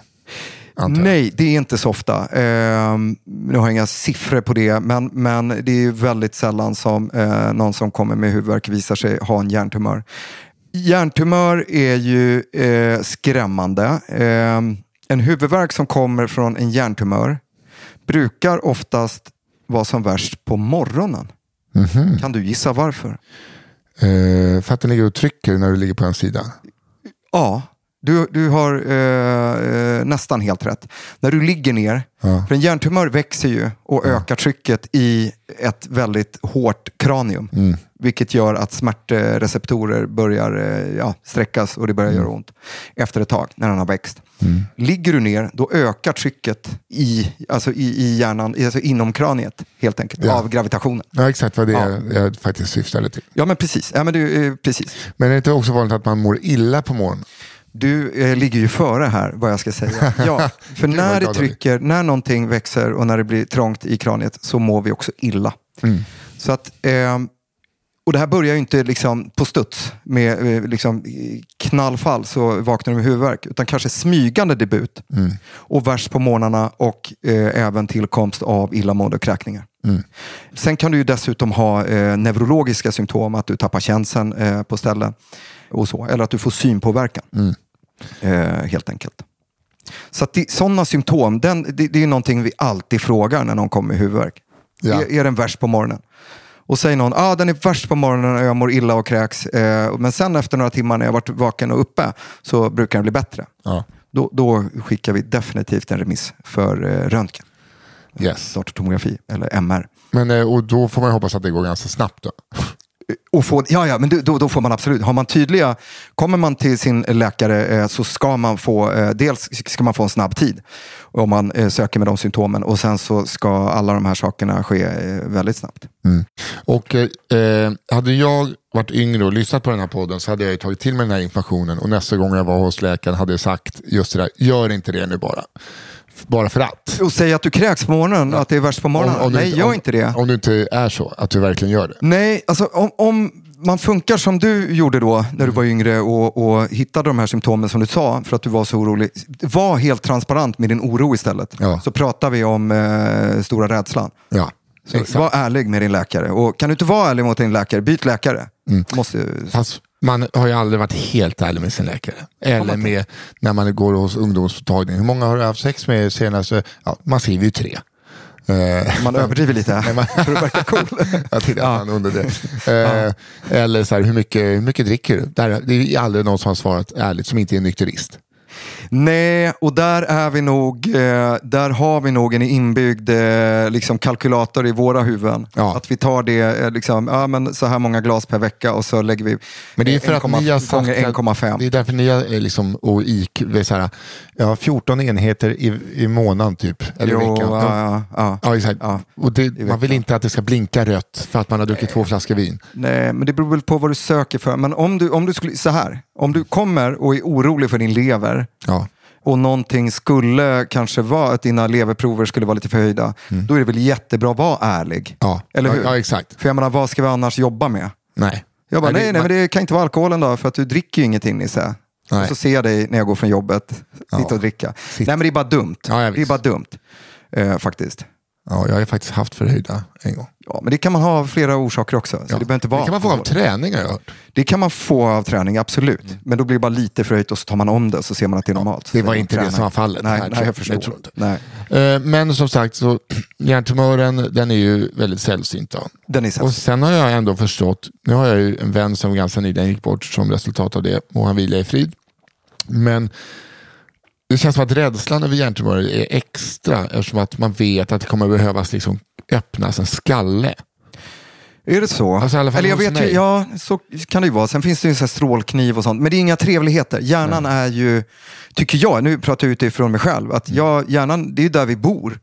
S4: antar jag.
S3: Nej, det är inte så ofta. Eh, nu har jag inga siffror på det, men, men det är ju väldigt sällan som eh, någon som kommer med huvudvärk visar sig ha en hjärntumör. Hjärntumör är ju eh, skrämmande. Eh, en huvudvärk som kommer från en hjärntumör brukar oftast vara som värst på morgonen.
S4: Mhm.
S3: Kan du gissa varför?
S4: Eh, för att den ligger och trycker när du ligger på en sida.
S3: Ja, du, du har eh, eh, nästan helt rätt. När du ligger ner, för en hjärntumör växer ju och ökar trycket i ett väldigt hårt kranium. Vilket gör att smärtreceptorer börjar eh, ja, sträckas och det börjar göra ont efter ett tag när den har växt. Ligger du ner, då ökar trycket i, alltså i, i hjärnan, i- alltså inom kraniet helt enkelt,
S4: Ja.
S3: av gravitationen.
S4: Ja, exakt vad det
S3: Ja.
S4: är jag faktiskt syftade till.
S3: Ja, men precis. Ja, men du, eh, precis.
S4: Men är det inte också vanligt att man mår illa på morgonen?
S3: Du eh, ligger ju före här vad jag ska säga. Ja, för
S4: Gud, vad
S3: när det
S4: glad jag blir.
S3: trycker, när någonting växer och när det blir trångt i kraniet så mår vi också illa.
S4: Mm.
S3: Så att, eh, och det här börjar ju inte liksom på studs med eh, liksom eh, knallfall så vaknar du med huvudvärk. Utan kanske smygande debut och värst på morgnarna och eh, även tillkomst av illamående och kräkningar. Sen kan du ju dessutom ha eh, neurologiska symptom, att du tappar känseln eh, på ställen och så. Eller att du får synpåverkan eh, helt enkelt. Så att det, sådana symptom, den, det, det är någonting vi alltid frågar när någon kommer med huvudvärk.
S4: Ja.
S3: Är, är den värst på morgonen? Och säger någon, ah, den är värst på morgonen och jag mår illa och kräks. Eh, men sen efter några timmar när jag varit vaken och uppe så brukar den bli bättre.
S4: Ja.
S3: Då, då skickar vi definitivt en remiss för eh, röntgen,
S4: Yes.
S3: datortomografi eller MR.
S4: Men, eh, och då får man ju hoppas att det går ganska snabbt. Då.
S3: Och få, ja, ja, men du- då, då får man absolut. Har man tydliga, kommer man till sin läkare eh, så ska man få, eh, dels ska man få en snabb tid om man eh, söker med de symptomen och sen så ska alla de här sakerna ske eh, väldigt snabbt.
S4: Och, eh, eh, hade jag varit yngre och lyssnat på den här podden så hade jag ju tagit till mig den här informationen och nästa gång jag var hos läkaren hade jag sagt just det där, gör inte det nu bara. F- Bara för att.
S3: Och säga att du kräks på morgonen, att det är värst på morgonen.
S4: Om- om du
S3: Nej, gör
S4: om-
S3: inte det.
S4: Om du inte är så, att du verkligen gör det.
S3: Nej, alltså om, om man funkar som du gjorde då när du var
S4: Mm.
S3: yngre och, och hittade de här symptomen som du sa för att du var så orolig. Var helt transparent med din oro istället.
S4: Ja.
S3: Så pratar vi om eh, stora rädslan.
S4: Ja,
S3: Så
S4: exakt.
S3: var ärlig med din läkare. Och kan du inte vara ärlig mot din läkare, byt läkare.
S4: Mm.
S3: Måste,
S4: Fast Alltså, man har ju aldrig varit helt ärlig med sin läkare. Eller med när man går hos ungdomsmottagningen. Hur många har du haft sex med senaste? Ja, man skriver ju tre. Eh, *laughs*
S3: Man överdriver lite för att verka cool.
S4: jag tyckte att han *laughs* undrade det. Eh, Eller så här, hur mycket, hur mycket dricker du? Där, det är aldrig någon som har svarat ärligt, som inte är nykterist.
S3: Nej, och där är vi nog, eh, där har vi nog en inbyggd eh, liksom kalkylator i våra huvuden.
S4: Ja.
S3: Att vi tar det, eh, liksom, ja, men så här många glas per vecka och så lägger vi
S4: Men det är för att ni har
S3: 1,5
S4: sagt
S3: gånger
S4: att- Det
S3: 1,5.
S4: är därför ni har eh, liksom, och IQ, det är så här, jag har 14 enheter i, i månaden typ. Eller i
S3: Jo,
S4: veckan.
S3: ja, ja, ja.
S4: Ja, exakt.
S3: Ja.
S4: Och det, man vill inte att det ska blinka rött för att man har druckit två flaskor vin.
S3: Nej, men det beror väl på vad du söker för. Men om du, om du skulle, så här, om du kommer och är orolig för din lever
S4: Ja.
S3: och någonting skulle kanske vara att dina leverprover skulle vara lite förhöjda, då är det väl jättebra att vara ärlig.
S4: Mm. Ja.
S3: Eller hur?
S4: Ja, ja, exakt.
S3: För jag menar, vad ska vi annars jobba med?
S4: Nej.
S3: Jag bara, nej, nej,
S4: man-
S3: men det kan inte vara alkoholen då, för att du dricker ju ingenting Nisse.
S4: Nej.
S3: Och så ser jag dig när jag går från jobbet, sitta och dricka.
S4: Sitt.
S3: Nej, men det är bara dumt.
S4: Ja, ja,
S3: det är
S4: visst.
S3: bara dumt, eh, faktiskt.
S4: Ja, jag har ju faktiskt haft förhöjda en gång.
S3: Ja, men det kan man ha av flera orsaker också. Så det, behöver inte vara
S4: kan man få av
S3: alkohol.
S4: träning har jag hört.
S3: det kan man få av träning, absolut. Men då blir det bara lite förhöjt och så tar man om det så ser man att det är normalt.
S4: Mm. det
S3: Så
S4: var
S3: säger
S4: inte
S3: man,
S4: det som var fallet.
S3: Nej,
S4: Nej,
S3: nej,
S4: tror-
S3: jag förstår.
S4: jag tror inte.
S3: Nej,
S4: Eh, Men som sagt, så, *clears throat* hjärntumören den är ju väldigt sällsynt. Då.
S3: den är
S4: Och
S3: sämst.
S4: sen har jag ändå förstått, nu har jag ju en vän som ganska nyligen gick bort som resultat av det, må han vila i frid. Men det känns som att rädslan över hjärntumörer är extra eftersom att man vet att det kommer behövas liksom öppnas en skalle.
S3: Är det så?
S4: Alltså, i alla fall
S3: Eller jag
S4: hos
S3: vet ju,
S4: mig.
S3: ja, så kan det ju vara. Sen finns det ju så här strålkniv och sånt. Men det är inga trevligheter. Hjärnan är ju, tycker jag, nu pratar jag utifrån mig själv, att
S4: Mm.
S3: jag, hjärnan, det är ju där vi bor.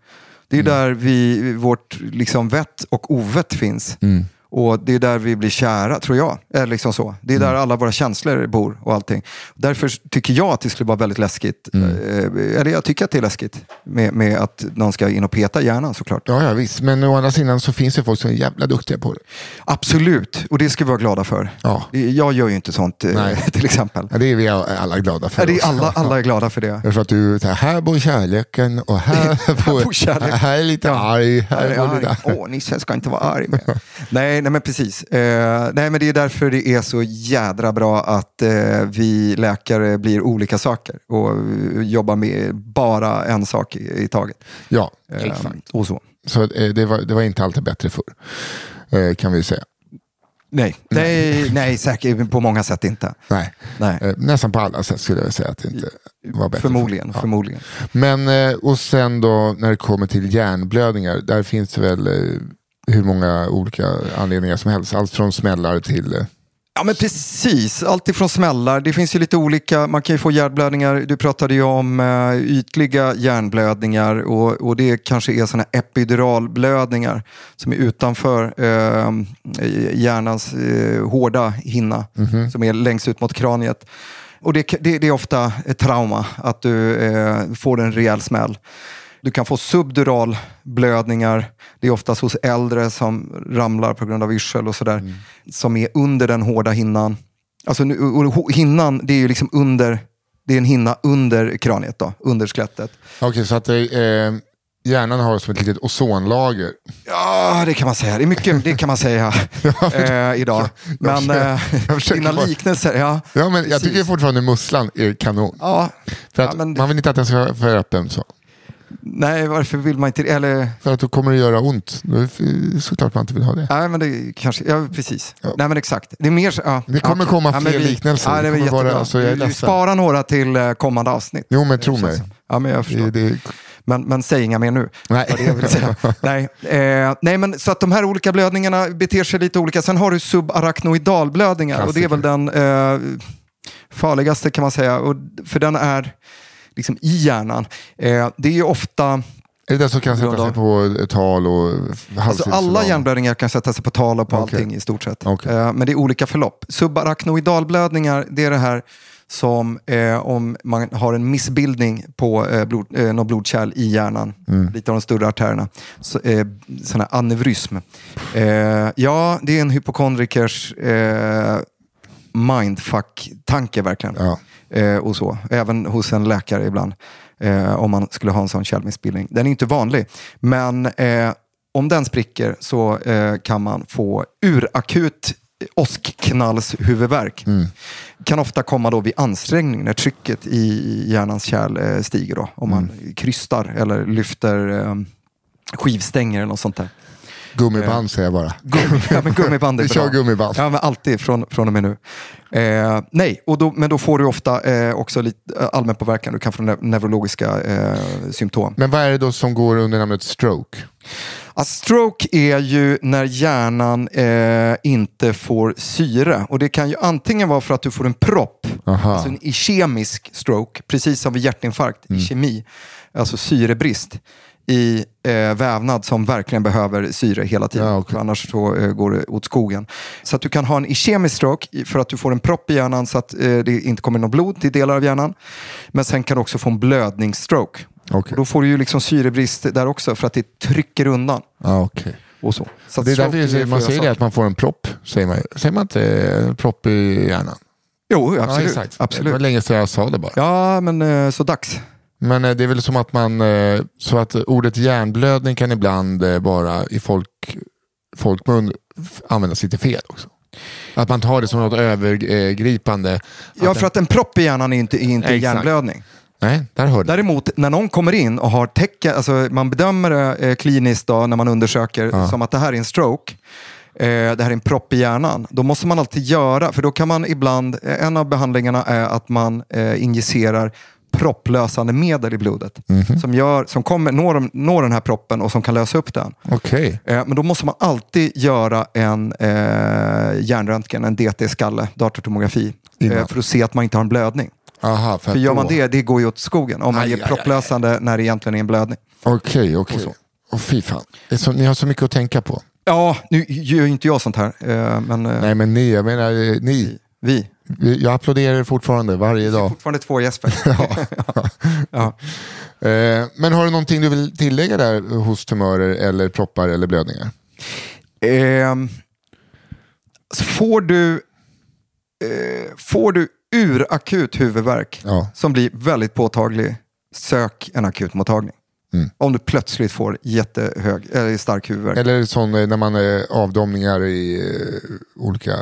S3: Det är ju där vi, vårt liksom vett och ovett finns.
S4: Mm.
S3: Och det är där vi blir kära, tror jag. Eller liksom så. Det är
S4: Mm.
S3: där alla våra känslor bor och allting. Därför tycker jag att det skulle vara väldigt läskigt.
S4: Mm.
S3: Eh, Eller jag tycker att det är läskigt med, med att någon ska in och peta hjärnan såklart.
S4: Ja, ja visst. Men å andra sidan så finns det folk som är jävla duktiga på det.
S3: Absolut, och det ska vi vara glada för.
S4: Ja.
S3: Jag gör ju inte sånt eh,
S4: Nej.
S3: *laughs* till exempel.
S4: Ja, det är vi alla glada för.
S3: Ja, det är
S4: också. *laughs*
S3: alla, alla är glada för det.
S4: Därför att du, så här, här bor kärleken och
S3: *laughs*
S4: *laughs* här, bor,
S3: bor kärleken.
S4: här är lite arg. Här
S3: Jag
S4: bor
S3: är
S4: det
S3: arg.
S4: där.
S3: Åh, Nisse ska inte vara arg. Med.
S4: *laughs*
S3: nej, nej, men precis. Eh, nej, men det är därför det är så jädra bra att eh, vi läkare blir olika saker och eh, jobbar med bara en sak i, i taget.
S4: Ja,
S3: Eh,
S4: exakt.
S3: Och så.
S4: Så eh, det var, det var inte alltid bättre förr, eh, kan vi ju säga.
S3: Nej, nej, nej, säkert på många sätt inte.
S4: Nej.
S3: Nej.
S4: Eh, nästan på alla sätt skulle jag säga att det inte var bättre.
S3: Förmodligen,
S4: förr.
S3: förmodligen.
S4: Ja. Men, eh, och sen då när det kommer till hjärnblödningar, där finns det väl eh, hur många olika anledningar som helst. Allt från smällar till... Eh,
S3: Ja men precis, allt ifrån smällar. Det finns ju lite olika, man kan ju få hjärnblödningar. Du pratade ju om eh, ytliga hjärnblödningar och, och det kanske är sådana epiduralblödningar som är utanför eh, hjärnans eh, hårda hinna som är längst ut mot kraniet. Och det, det, det är ofta ett trauma, att du eh, får en rejäl smäll. Du kan få subdural blödningar. Det är oftast hos äldre som ramlar på grund av yrsel och
S4: Mm.
S3: sådär. Som är under den hårda hinnan. Alltså nu, och ho- hinnan, det är ju liksom under, det är en hinna under kraniet då, under skelettet.
S4: Okej, så att eh, eh, hjärnan har som ett litet ozonlager.
S3: Ja, det kan man säga. Det är mycket, det kan man
S4: *laughs*
S3: säga eh, idag. Men eh,
S4: jag försöker
S3: dina
S4: bara-
S3: liknelser, ja.
S4: Ja, men jag
S3: Precis.
S4: tycker fortfarande musslan är kanon.
S3: ja.
S4: För att
S3: Ja, men-
S4: Man vill inte att den ska vara för öppen. Så.
S3: Nej, varför vill man inte det? Eller,
S4: För att då kommer det göra ont. Då är det såklart man inte vill ha det.
S3: nej, men det kanske, ja precis. Nej, men exakt. Det är mer så- ja.
S4: Det kommer
S3: Okej.
S4: komma
S3: Ja, men
S4: fler
S3: vi-
S4: liknelser.
S3: Ja, det
S4: Det
S3: var
S4: kommer
S3: jättebra.
S4: bara- alltså, jag är
S3: Vi- vi
S4: ledsen.
S3: sparar några till eh, kommande avsnitt.
S4: Jo, men tro mig.
S3: Ja, men jag
S4: Det,
S3: förstår.
S4: det,
S3: Men, men säg inga mer nu.
S4: Nej.
S3: Vad det är jag vill
S4: *laughs*
S3: säga. nej. Eh, nej, men så att de här olika blödningarna beter sig lite olika. Sen har du subarachnoidalblödningar och det är väl den eh, farligaste kan man säga. Och, för den är liksom i hjärnan. Eh, det är ju ofta
S4: är det den som kan sätta sig på tal och Mm.
S3: Alltså
S4: halsdukslag?
S3: alla hjärnblödningar kan sätta sig på tal och på
S4: Okej.
S3: allting i stort sett.
S4: Okej.
S3: Eh, men det är olika förlopp. Subarachnoidalblödningar, det är det här som eh, om man har en missbildning på eh, blod, eh, något blodkärl i hjärnan,
S4: Mm.
S3: lite av de större artärerna, så, eh, sån här aneurysm. Eh, ja, det är en hypokondrikers eh, mindfuck-tanke verkligen.
S4: Ja.
S3: Eh, och så. Även hos en läkare ibland. Eh, om man skulle ha en sån kärlmissbildning. Den är inte vanlig. Men eh, om den spricker så eh, kan man få urakut
S4: Mm.
S3: åskknallshuvudvärk. Kan ofta komma då vid ansträngning när trycket i hjärnans kärl eh, stiger. Då, om man krystar eller lyfter eh, skivstänger eller något sånt där. Eh,
S4: Gummiband säger jag bara.
S3: Gummi, ja, men gummiband är
S4: Vi kör
S3: bra.
S4: gummiband.
S3: Ja, men alltid från, från och med nu. Eh, nej, och då, men då får du ofta eh, också lite eh, allmän påverkan. Du kan få neu- neurologiska eh, symptom.
S4: Men vad är det då som går under namnet stroke?
S3: A stroke är ju när hjärnan eh, inte får syre. Och Det kan ju antingen vara för att du får en propp,
S4: Aha.
S3: alltså en ischemisk stroke, precis som vid hjärtinfarkt,
S4: Mm.
S3: ischemi, alltså syrebrist i eh, vävnad som verkligen behöver syre hela tiden.
S4: Ja, okej.
S3: För Annars så eh, går det åt skogen. Så att du kan ha en ischemisk stroke i- för att du får en propp i hjärnan så att eh, det inte kommer något blod till delar av hjärnan. Men sen kan du också få en blödningsstroke.
S4: Okej.
S3: Då får du ju liksom syrebrist där också för att det trycker undan.
S4: Ja, okej.
S3: Och så. så att
S4: Det är
S3: stroke
S4: därför jag säger- man
S3: flera
S4: säger det
S3: saker.
S4: att man får en propp. Säger man, säger man inte eh, propp i hjärnan?
S3: Jo,
S4: Ja,
S3: absolut.
S4: exakt. Det var
S3: absolut.
S4: länge sedan jag sa det bara.
S3: Ja, men eh, så dags.
S4: Men eh, det är väl som att man, eh, så att ordet hjärnblödning kan ibland eh, bara i folk, folkmun f- användas lite fel också. Att man tar det som något övergripande.
S3: Ja, för att en propp i hjärnan är inte, är inte
S4: Exakt.
S3: hjärnblödning.
S4: Nej, där hörde du.
S3: Däremot när någon kommer in och har tecken, alltså man bedömer det eh, kliniskt då, när man undersöker som att det här är en stroke, eh, det här är en propp i hjärnan. Då måste man alltid göra, för då kan man ibland, eh, en av behandlingarna är att man eh, injicerar propplösande medel i blodet som, gör, som kommer, når, de- når den här proppen och som kan lösa upp den.
S4: Okej.
S3: Eh, Men då måste man alltid göra en eh, hjärnröntgen, en DT-skalle, datortomografi, eh,
S4: Innan.
S3: för att se att man inte har en blödning.
S4: Aha, för
S3: För
S4: att
S3: gör man
S4: då-
S3: det, det går ju åt skogen. Om man
S4: Aj,
S3: ger
S4: aj, aj.
S3: propplösande när det egentligen är en blödning.
S4: Okej, okej. Åh fy fan. Det är så, ni har så mycket att tänka på.
S3: Ja, nu gör ju inte jag sånt här, eh, men eh,
S4: Nej, men ni, jag menar eh, ni.
S3: vi.
S4: Vi- Jag applåderar er fortfarande varje dag.
S3: Fortfarande två
S4: *laughs*
S3: Jesper.
S4: Eh, Men har du någonting du vill tillägga där hos tumörer eller proppar eller blödningar?
S3: *laughs* Ehm, får du, eh, får du urakut huvudvärk
S4: Ja.
S3: som blir väldigt påtaglig, sök en akutmottagning.
S4: Mm.
S3: Om du plötsligt får jättehög, eller stark huvudvärk.
S4: Eller sån eh, när man eh, avdomningar i eh, olika...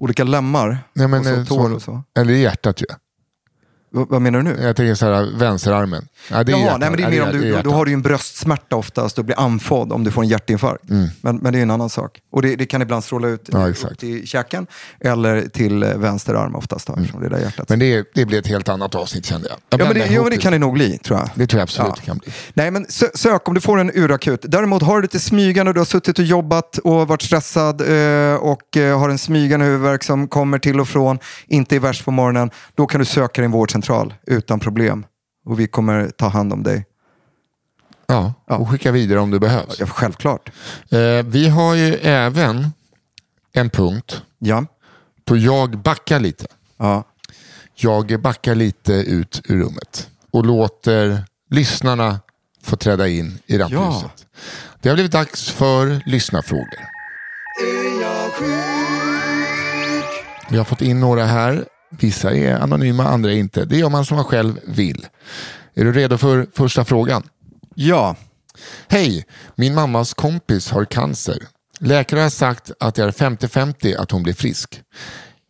S3: Olika lemmar
S4: Nej, men,
S3: och så
S4: eh,
S3: tår
S4: sån-
S3: och så.
S4: Eller i hjärtat ju.
S3: V- vad menar du nu?
S4: Jag tänker så här vänsterarmen. Ja, det är
S3: Jaha,
S4: hjärtat.
S3: nej, men det
S4: Ja,
S3: är mer om
S4: hjär-
S3: du,
S4: hjärtat.
S3: då har du ju en bröstsmärta oftast och blir andfådd om du får en hjärtinfarkt. Men, men det är ju en annan sak. Och det, det kan ibland stråla ut
S4: Mm. Ja,
S3: eh,
S4: exakt.
S3: upp till käken eller till eh, vänster arm oftast. Då, eftersom det är där hjärtat.
S4: Mm. Men det, det blir ett helt annat avsnitt kände jag. jag
S3: ja, men
S4: blandar
S3: det,
S4: ihop
S3: jo, men det kan det nog bli, tror jag.
S4: Det tror jag absolut
S3: Ja.
S4: det kan bli.
S3: Nej, men sö- sök om du får en urakut. Däremot har du lite smygande och du har suttit och jobbat och varit stressad eh, och eh, har en smygande huvudvärk som kommer till och från, inte är värst på morgonen. Då kan du söka din vårdcentral utan problem och vi kommer ta hand om dig.
S4: Ja, och skicka vidare om det behövs.
S3: Ja, självklart.
S4: Eh, vi har ju även en punkt
S3: Ja.
S4: på jag backar lite.
S3: ja.
S4: Jag backar lite ut ur rummet och låter lyssnarna få träda in i rampljuset. Det har blivit dags för lyssnarfrågor. Vi har fått in några här. Vissa är anonyma, andra är inte. Det gör man som man själv vill. Är du redo för första frågan?
S3: Ja.
S4: Hej, min mammas kompis har cancer. Läkare har sagt att det är 50-50 att hon blir frisk.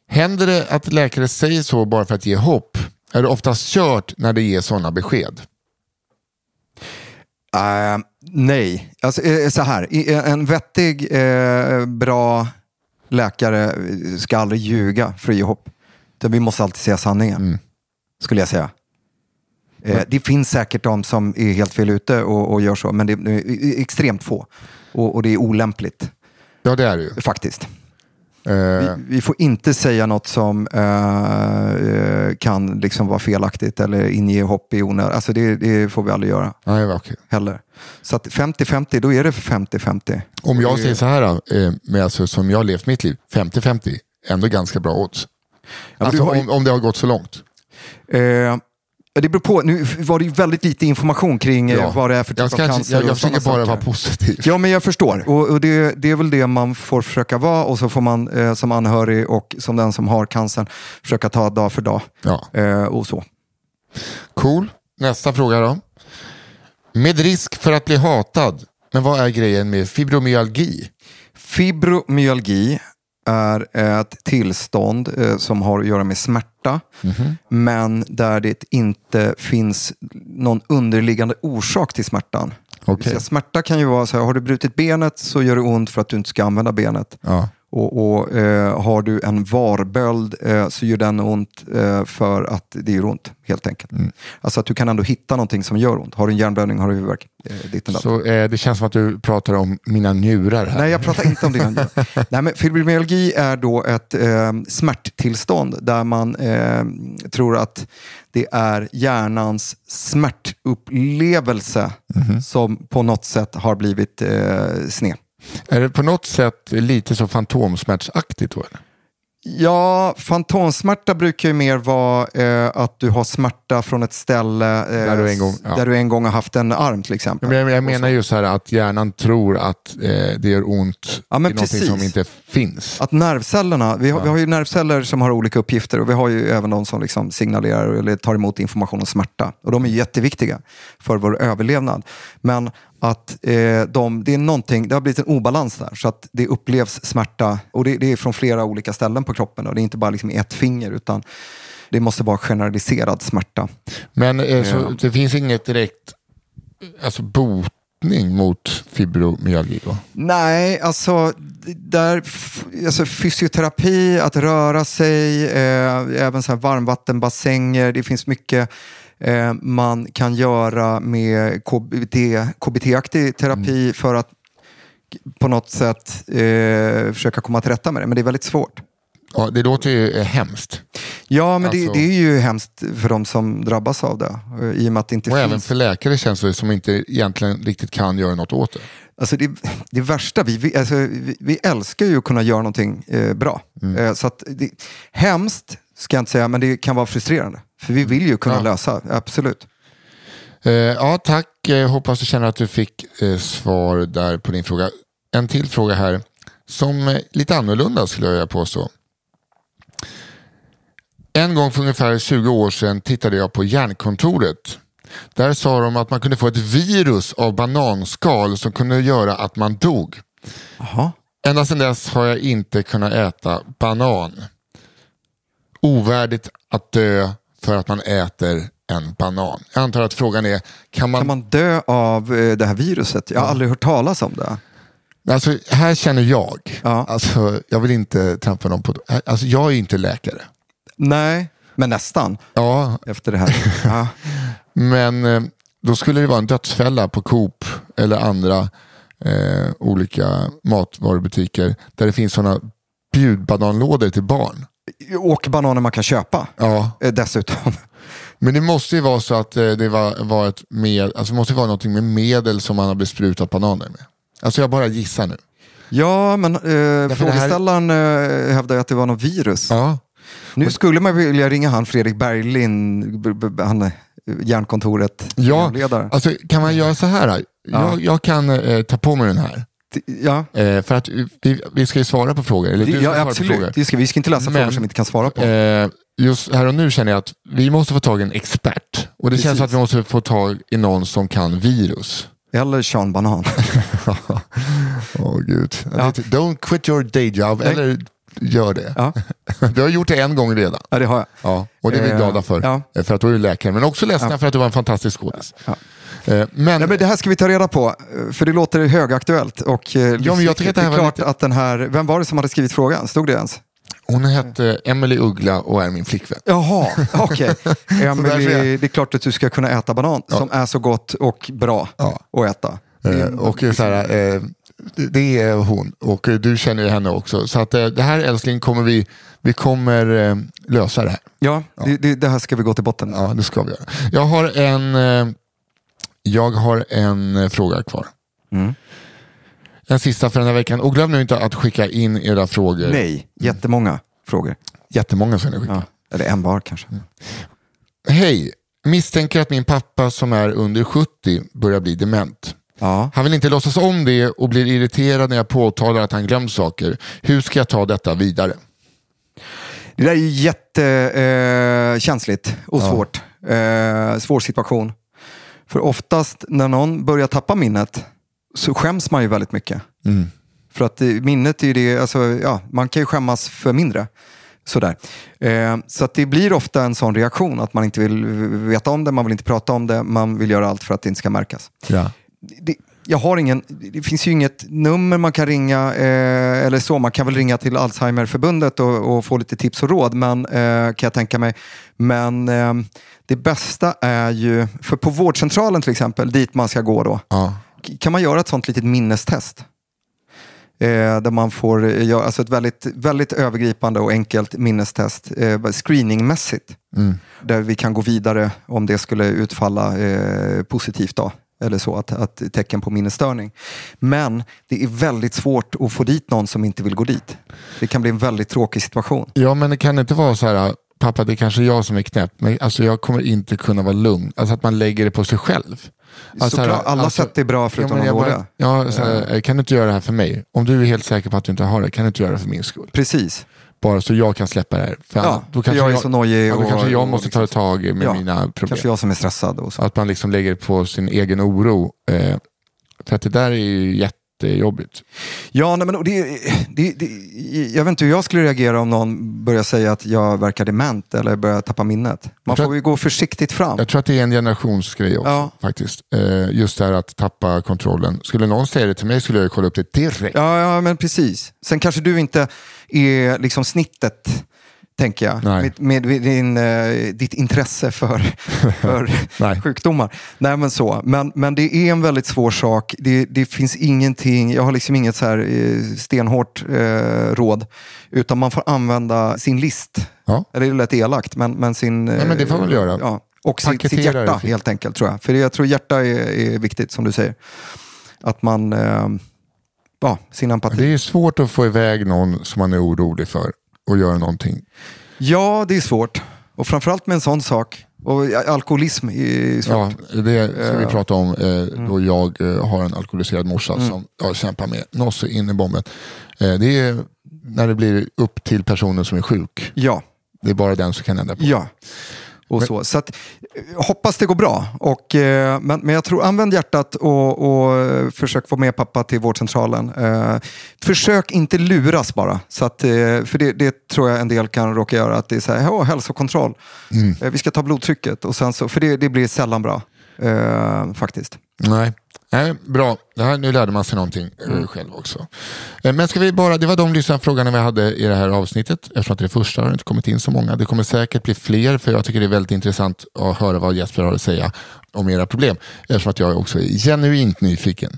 S4: Händer det att läkare säger så bara för att ge hopp? Är det oftast kört när det ger sådana besked?
S3: Eh, nej, alltså, eh, så här. I- eh, En vettig, eh, bra läkare eh, ska aldrig ljuga för att ge hopp. Utan Vi måste alltid säga sanningen, skulle jag säga. Eh, det finns säkert de som är helt fel ute och, och gör så, men det är eh, extremt få. Och, och det är olämpligt,
S4: Ja, det är det ju.
S3: faktiskt.
S4: Eh,
S3: Vi får inte säga något som eh, eh, kan liksom vara felaktigt eller inge hopp i onödan. Alltså det, det får vi aldrig göra.
S4: nej, vad okej.
S3: heller. Så att 50-50, då är det 50-50.
S4: Om jag säger så här, då, eh, med alltså, som jag har levt mitt liv, 50-50, ändå ganska bra odds.
S3: men
S4: Alltså,
S3: du har ju-
S4: om, om det har gått så långt.
S3: Eh, det beror på, nu var det ju väldigt lite information kring eh, vad det är för typ
S4: jag, ska
S3: av
S4: inte-
S3: cancer.
S4: jag, jag
S3: och sådana
S4: försöker bara
S3: saker.
S4: vara positiv.
S3: Ja, men jag förstår. Och, och det, det är väl det man får försöka vara och så får man eh, som anhörig och som den som har cancern försöka ta dag för dag.
S4: Ja.
S3: Eh, och så.
S4: Cool. Nästa fråga då. Med risk för att bli hatad, men vad är grejen med fibromyalgi?
S3: Fibromyalgi är ett tillstånd eh, som har att göra med smärta, men där det inte finns någon underliggande orsak till smärtan. Det vill säga, Smärta kan ju vara så här, har du brutit benet så gör det ont för att du inte ska använda benet.
S4: Ja.
S3: Och, och eh, har du en varböld eh, så gör den ont eh, för att det gör ont, helt enkelt. Alltså att du kan ändå hitta någonting som gör ont. Har du en hjärnblödning har du huvudvärk. Eh, ditt och datt.
S4: Så eh, det känns som att du pratar om mina njurar här.
S3: Nej, jag pratar inte om
S4: *laughs*
S3: det. Nej, men fibromyalgi är då ett eh, smärttillstånd där man eh, tror att det är hjärnans smärtupplevelse
S4: Mhm.
S3: som på något sätt har blivit eh, sned.
S4: Är det på något sätt lite så fantomsmärtsaktigt då? eller?
S3: Ja, fantomsmärta brukar ju mer vara eh, att du har smärta från ett ställe eh,
S4: Där du en gång- ja.
S3: där du en gång har haft en arm till exempel.
S4: Men jag, jag menar ju så här att hjärnan tror att eh, det gör ont
S3: Ja, men
S4: i någonting som
S3: precis.
S4: inte finns.
S3: Att nervcellerna, vi har, vi har ju nervceller som har olika uppgifter och vi har ju även de som liksom signalerar eller tar emot information om smärta. Och de är jätteviktiga för vår överlevnad. Men att eh, de, det, är någonting, det har blivit en obalans där så att det upplevs smärta och det, det är från flera olika ställen på kroppen och det är inte bara liksom i ett finger utan det måste vara generaliserad smärta.
S4: Men eh, så,
S3: Ja.
S4: det finns inget direkt alltså, botning mot fibromyalgi då?
S3: Nej, alltså, d- där, f- alltså fysioterapi, att röra sig, eh, även så här varmvattenbassänger. Det finns mycket eh, man kan göra med KBT, KBT-aktig terapi
S4: Mm.
S3: för att på något sätt eh, försöka komma till rätta med det. Men det är väldigt svårt.
S4: Ja, det låter ju eh, hemskt.
S3: Ja, men
S4: Alltså-
S3: det, det är ju hemskt för de som drabbas av det. eh, I och med att det inte
S4: Och även
S3: finns...
S4: för läkare känns det som inte egentligen riktigt kan göra något åt det.
S3: Alltså det, det värsta, vi, vi, alltså vi, vi älskar ju att kunna göra någonting eh, bra.
S4: Mm.
S3: Eh, så att det, hemskt ska jag inte säga, men det kan vara frustrerande. För vi vill ju kunna
S4: Ja.
S3: lösa, absolut.
S4: Eh, ja, tack. Eh, hoppas du känner att du fick eh, svar där på din fråga. En till fråga här som eh, lite annorlunda skulle jag vilja påstå. En gång för ungefär 20 år sedan tittade jag på Hjärnkontoret. Där sa de att man kunde få ett virus av bananskal som kunde göra att man dog.
S3: Jaha.
S4: Ända sedan dess har jag inte kunnat äta banan. Ovärdigt att dö för att man äter en banan. Jag antar att frågan är, kan man...
S3: Kan man dö av eh, det här viruset? Jag har aldrig hört talas om det.
S4: Alltså, här känner jag,
S3: Ja.
S4: alltså, jag vill inte trampa någon på... Alltså, jag är ju inte läkare.
S3: Nej, men nästan
S4: Ja,
S3: efter det här.
S4: *laughs*
S3: ja.
S4: Men eh, då skulle det vara en dödsfälla på Coop eller andra eh, olika matvarubutiker där det finns sådana bjudbananlådor till barn.
S3: Och bananer man kan köpa
S4: Ja,
S3: eh, dessutom.
S4: men det måste ju vara så att eh, det var, var ett med, alltså det måste ju vara någonting med medel som man har besprutat bananer med. Alltså jag bara gissar nu.
S3: Ja, men eh,
S4: det här-
S3: frågeställaren eh, hävdar ju att det var något virus.
S4: Ja.
S3: Nu skulle man vilja ringa han Fredrik Berglind, b- b- han är Hjärnkontoret,
S4: Ja,
S3: programledare.
S4: alltså kan man göra så här? då? Jag, jag kan eh, ta på mig den här.
S3: T- ja.
S4: Eh, för att vi, vi ska ju svara på frågor. Eller du ska
S3: ja,
S4: svara på frågor.
S3: absolut. Det ska, vi ska inte läsa frågor
S4: Men-
S3: som vi inte kan svara på.
S4: Eh, just här och nu känner jag att vi måste få tag i en expert. Och det känns
S3: Precis.
S4: som att vi måste få tag i någon som
S3: *laughs*
S4: kan virus.
S3: Eller Sean Banan.
S4: Åh gud. Alltså,
S3: Ja.
S4: Don't quit your day job, eller gör det.
S3: *laughs* Ja.
S4: Du har gjort det en gång redan.
S3: ja, det har jag.
S4: Ja, och det är vi
S3: Eh,
S4: glada för.
S3: ja.
S4: Eh, För att du är läkare, men också ledsna för att du var en fantastisk skådis. Eh, Men,
S3: Nej, men det här ska vi ta reda på, eh, för det låter högaktuellt. Och, eh,
S4: Ja, men jag tycker att det här
S3: är
S4: var
S3: klart
S4: lite-
S3: att den här... Vem var det som hade skrivit frågan? Stod det ens?
S4: hon hette Emily Uggla och är min flickvän.
S3: Jaha, *laughs* okej. Emily,
S4: därför är-
S3: det är klart att du ska kunna äta banan som är så gott och bra att äta.
S4: Eh, Och så här, eh, det- det är hon och eh, du känner ju henne också. Så att eh, det här älskling kommer vi, vi kommer eh, lösa det här.
S3: Ja, Det, det, det här ska vi gå till botten med.
S4: Ja, det ska vi göra. Jag har en, eh, jag har en eh, fråga kvar. En sista för den här veckan. Och glöm nu inte att skicka in era frågor.
S3: Nej, jättemånga frågor.
S4: Jättemånga ska ni skicka.
S3: Ja. Mm. Eller en var kanske.
S4: Hej, misstänker att min pappa som är under 70 börjar bli dement.
S3: Ja.
S4: Han vill inte låtsas om det och blir irriterad när jag påtalar att han glömt saker. Hur ska jag ta detta vidare?
S3: Det där är ju jättekänsligt eh, känsligt och svårt. Eh, svår situation. För oftast när någon börjar tappa minnet så skäms man ju väldigt mycket. För att eh, minnet är ju det, alltså, ja, man kan ju skämmas för mindre. Sådär. Eh, så att det blir ofta en sån reaktion att man inte vill eh, veta om det, man vill inte prata om det, man vill göra allt för att det inte ska märkas.
S4: Ja.
S3: det, jag har ingen, det finns ju inget nummer man kan ringa eh, eller så. Man kan väl ringa till Alzheimerförbundet och, och få lite tips och råd men, eh, kan jag tänka mig. Men eh, det bästa är ju, för på vårdcentralen till exempel, dit man ska gå då,
S4: Ja.
S3: k- kan man göra ett sånt litet minnestest. Eh, där man får eh, göra alltså ett väldigt, väldigt övergripande och enkelt minnestest eh, screeningmässigt.
S4: Mm.
S3: Där vi kan gå vidare om det skulle utfalla eh, positivt. Då, eller så, att, att tecken på minnesstörning. Men det är väldigt svårt att få dit någon som inte vill gå dit. Det kan bli en väldigt tråkig situation.
S4: Ja, men det kan inte vara så här, pappa det är kanske är jag som är knäpp, men alltså, jag kommer inte kunna vara lugn. Alltså att man lägger det på sig själv. Alltså,
S3: Såklart,
S4: här,
S3: alla
S4: alltså-
S3: sätt är bra förutom
S4: men
S3: de
S4: jag bara-
S3: dåliga.
S4: Ja, så här, kan du inte göra det här för mig? Om du är helt säker på att du inte har det, kan du inte göra det för min skull?
S3: Precis.
S4: Bara så jag kan släppa det här. För
S3: Ja,
S4: annars-
S3: för jag är så nojig
S4: Ja, då
S3: och-
S4: kanske jag
S3: och
S4: måste ta tag i med
S3: Ja,
S4: mina problem.
S3: Kanske jag som är stressad. Och så.
S4: Att man liksom lägger på sin egen oro. Eh, för att det där är ju jättejobbigt.
S3: Ja, nej, men och det, det, det, jag vet inte hur jag skulle reagera om någon börjar säga att jag verkar dement eller börjar tappa minnet. Man
S4: Jag tror
S3: får ju gå försiktigt fram.
S4: Jag tror att det är en generationsgrej också
S3: Ja.
S4: faktiskt. Eh, just det här att tappa kontrollen. Skulle någon säga det till mig skulle jag ju kolla upp det direkt.
S3: Ja, ja, men precis. Sen kanske du inte är liksom snittet, tänker jag,
S4: Nej.
S3: med, med, din, eh, ditt intresse
S4: *laughs*
S3: för, för
S4: Nej.
S3: sjukdomar. Nej, men så. Men, men det är en väldigt svår sak. Det, det finns ingenting, jag har liksom inget så här eh, stenhårt eh, råd, utan man får använda sin list.
S4: Ja.
S3: Eller det lät elakt, men, men sin... eh,
S4: Nej, men det får man väl göra.
S3: Ja. Och sitt, sitt
S4: Paketera
S3: hjärta
S4: det fint.
S3: helt enkelt, tror jag. För jag tror hjärta är, är viktigt, som du säger. Att man... Eh, ja, sin empati.
S4: Det är svårt att få iväg någon som man är orolig för och göra någonting.
S3: Ja, det är svårt. Och framförallt med en sån sak. Och alkoholism är svårt.
S4: Ja, det ska vi prata om eh, då jag eh, har en alkoholiserad morsa som jag kämpar med något så in i bomben. Eh, det är när det blir upp till personen som är sjuk.
S3: Ja.
S4: Det är bara den som kan ändra på
S3: ja. Och så. så att, eh, hoppas det går bra. Och, eh, men, men jag tror, använd hjärtat och, och eh, försök få med pappa till vårdcentralen. Eh, försök inte luras bara. Så att, eh, för det, det tror jag en del kan råka göra. Att det är så här, "Åh, hälsokontroll. Eh, vi ska ta blodtrycket. Och sen så, för det, det blir sällan bra. Eh, faktiskt.
S4: Nej. Nej, bra. Det här, nu lärde man sig någonting eh, själv också. Eh, Men ska vi bara, det var de lyssnarfrågorna vi hade i det här avsnittet. Eftersom att det är det första har det inte kommit in så många. Det kommer säkert bli fler för jag tycker det är väldigt intressant att höra vad Jesper har att säga om era problem. Eftersom att jag också är genuint nyfiken.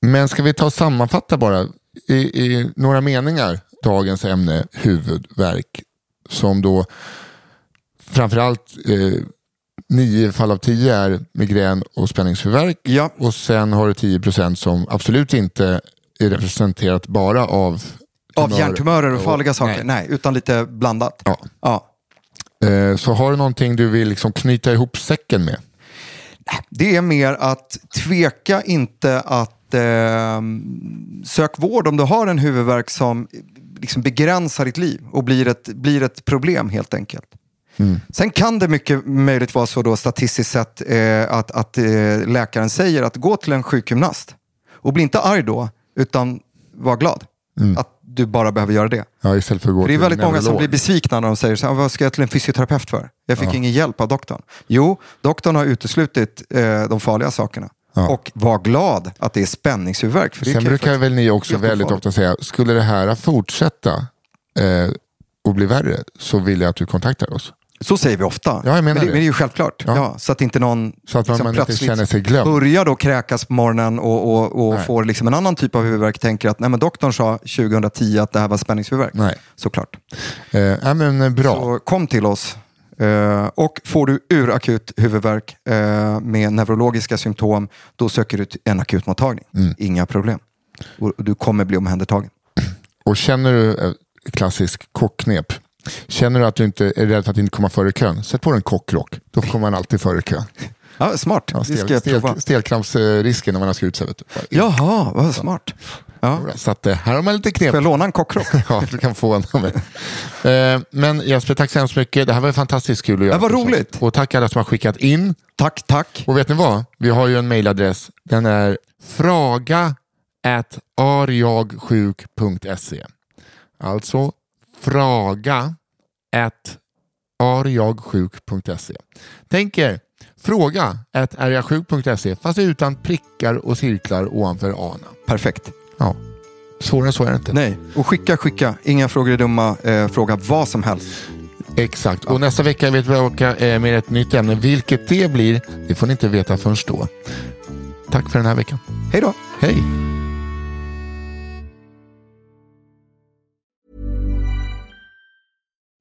S4: Men ska vi ta och sammanfatta bara i, i några meningar dagens ämne huvudvärk som då framförallt eh, nio fall av tio är migrän och spänningshuvudvärk
S3: Ja,
S4: och sen har du 10 som absolut inte är representerat bara av
S3: av
S4: tumörer.
S3: hjärntumörer och farliga saker.
S4: Nej.
S3: Nej. utan lite blandat.
S4: Ja.
S3: Ja.
S4: Eh, Så har du någonting du vill liksom knyta ihop säcken med?
S3: Det är mer att tveka inte att eh, sök vård om du har en huvudvärk som liksom begränsar ditt liv och blir ett, blir ett problem helt enkelt. Sen kan det mycket möjligt vara så då statistiskt sett eh, att, att eh, läkaren säger att gå till en sjukgymnast och bli inte arg då utan var glad att du bara behöver göra det.
S4: Ja, istället för att gå
S3: För det är
S4: till
S3: väldigt många som
S4: neurolog.
S3: blir besvikna när de säger så här, "Ah, vad ska jag till en fysioterapeut för? Jag fick ingen hjälp av doktorn. Jo, doktorn har uteslutit eh, de farliga sakerna. Och var glad att det är spänningshuvudvärk. För det
S4: Sen
S3: kan ju
S4: brukar
S3: faktiskt-
S4: väl ni också
S3: helt
S4: väldigt
S3: ofarligt.
S4: ofta säga, skulle det här fortsätta eh, och bli värre så vill jag att du kontaktar oss.
S3: Så säger vi ofta.
S4: jag menar
S3: men, det,
S4: det.
S3: men det är ju självklart.
S4: Ja.
S3: Ja. så att inte någon liksom
S4: Så att man- man inte känner sig glömd.
S3: börjar då kräkas på morgonen och, och, och
S4: Nej.
S3: får liksom en annan typ av huvudvärk. Tänker att nej, men doktorn sa 2010 att det här var spänningshuvudvärk.
S4: Nej.
S3: Såklart.
S4: Eh, ja, men eh, bra.
S3: Så kom till oss. Eh, och får du urakut huvudvärk eh, med neurologiska symptom, då söker du till en akutmottagning.
S4: Mm.
S3: Inga problem. Och du kommer bli omhändertagen.
S4: Och känner du, eh, klassisk kockknep, känner du att du inte är rädd för att inte komma före kön, sätt på dig en kockrock. Då kommer man alltid före kön.
S3: Ja, smart,
S4: Ja,
S3: det ska jag prova.
S4: stel, stelkrampsrisken när man har skurit sig. Vet du. Bara in.
S3: Jaha, vad smart. Ja.
S4: Så att, eh, här har man lite knep.
S3: Får jag låna en kockrock?
S4: *laughs* Ja, du kan få en av mig. Eh, Men Jesper, tack så hemskt mycket. Det här var ju fantastiskt kul att göra.
S3: Det var roligt.
S4: Och tack alla som har skickat in.
S3: Tack, tack.
S4: Och vet ni vad? Vi har ju en mejladress. Den är fraga at arjagsjuk.se. Alltså fraga at arjagsjuk.se. Tänk er, Fråga at ariasjuk.se fast utan prickar och cirklar ovanför a
S3: Perfekt.
S4: Ja. Svårare än så är det inte.
S3: Nej, och skicka, skicka. Inga frågor är dumma. Eh, fråga vad som helst.
S4: Exakt. Och nästa vecka är vi tillbaka eh, med ett nytt ämne. Vilket det blir, det får ni inte veta förrän då. Tack för den här veckan.
S3: Hej då!
S4: Hej!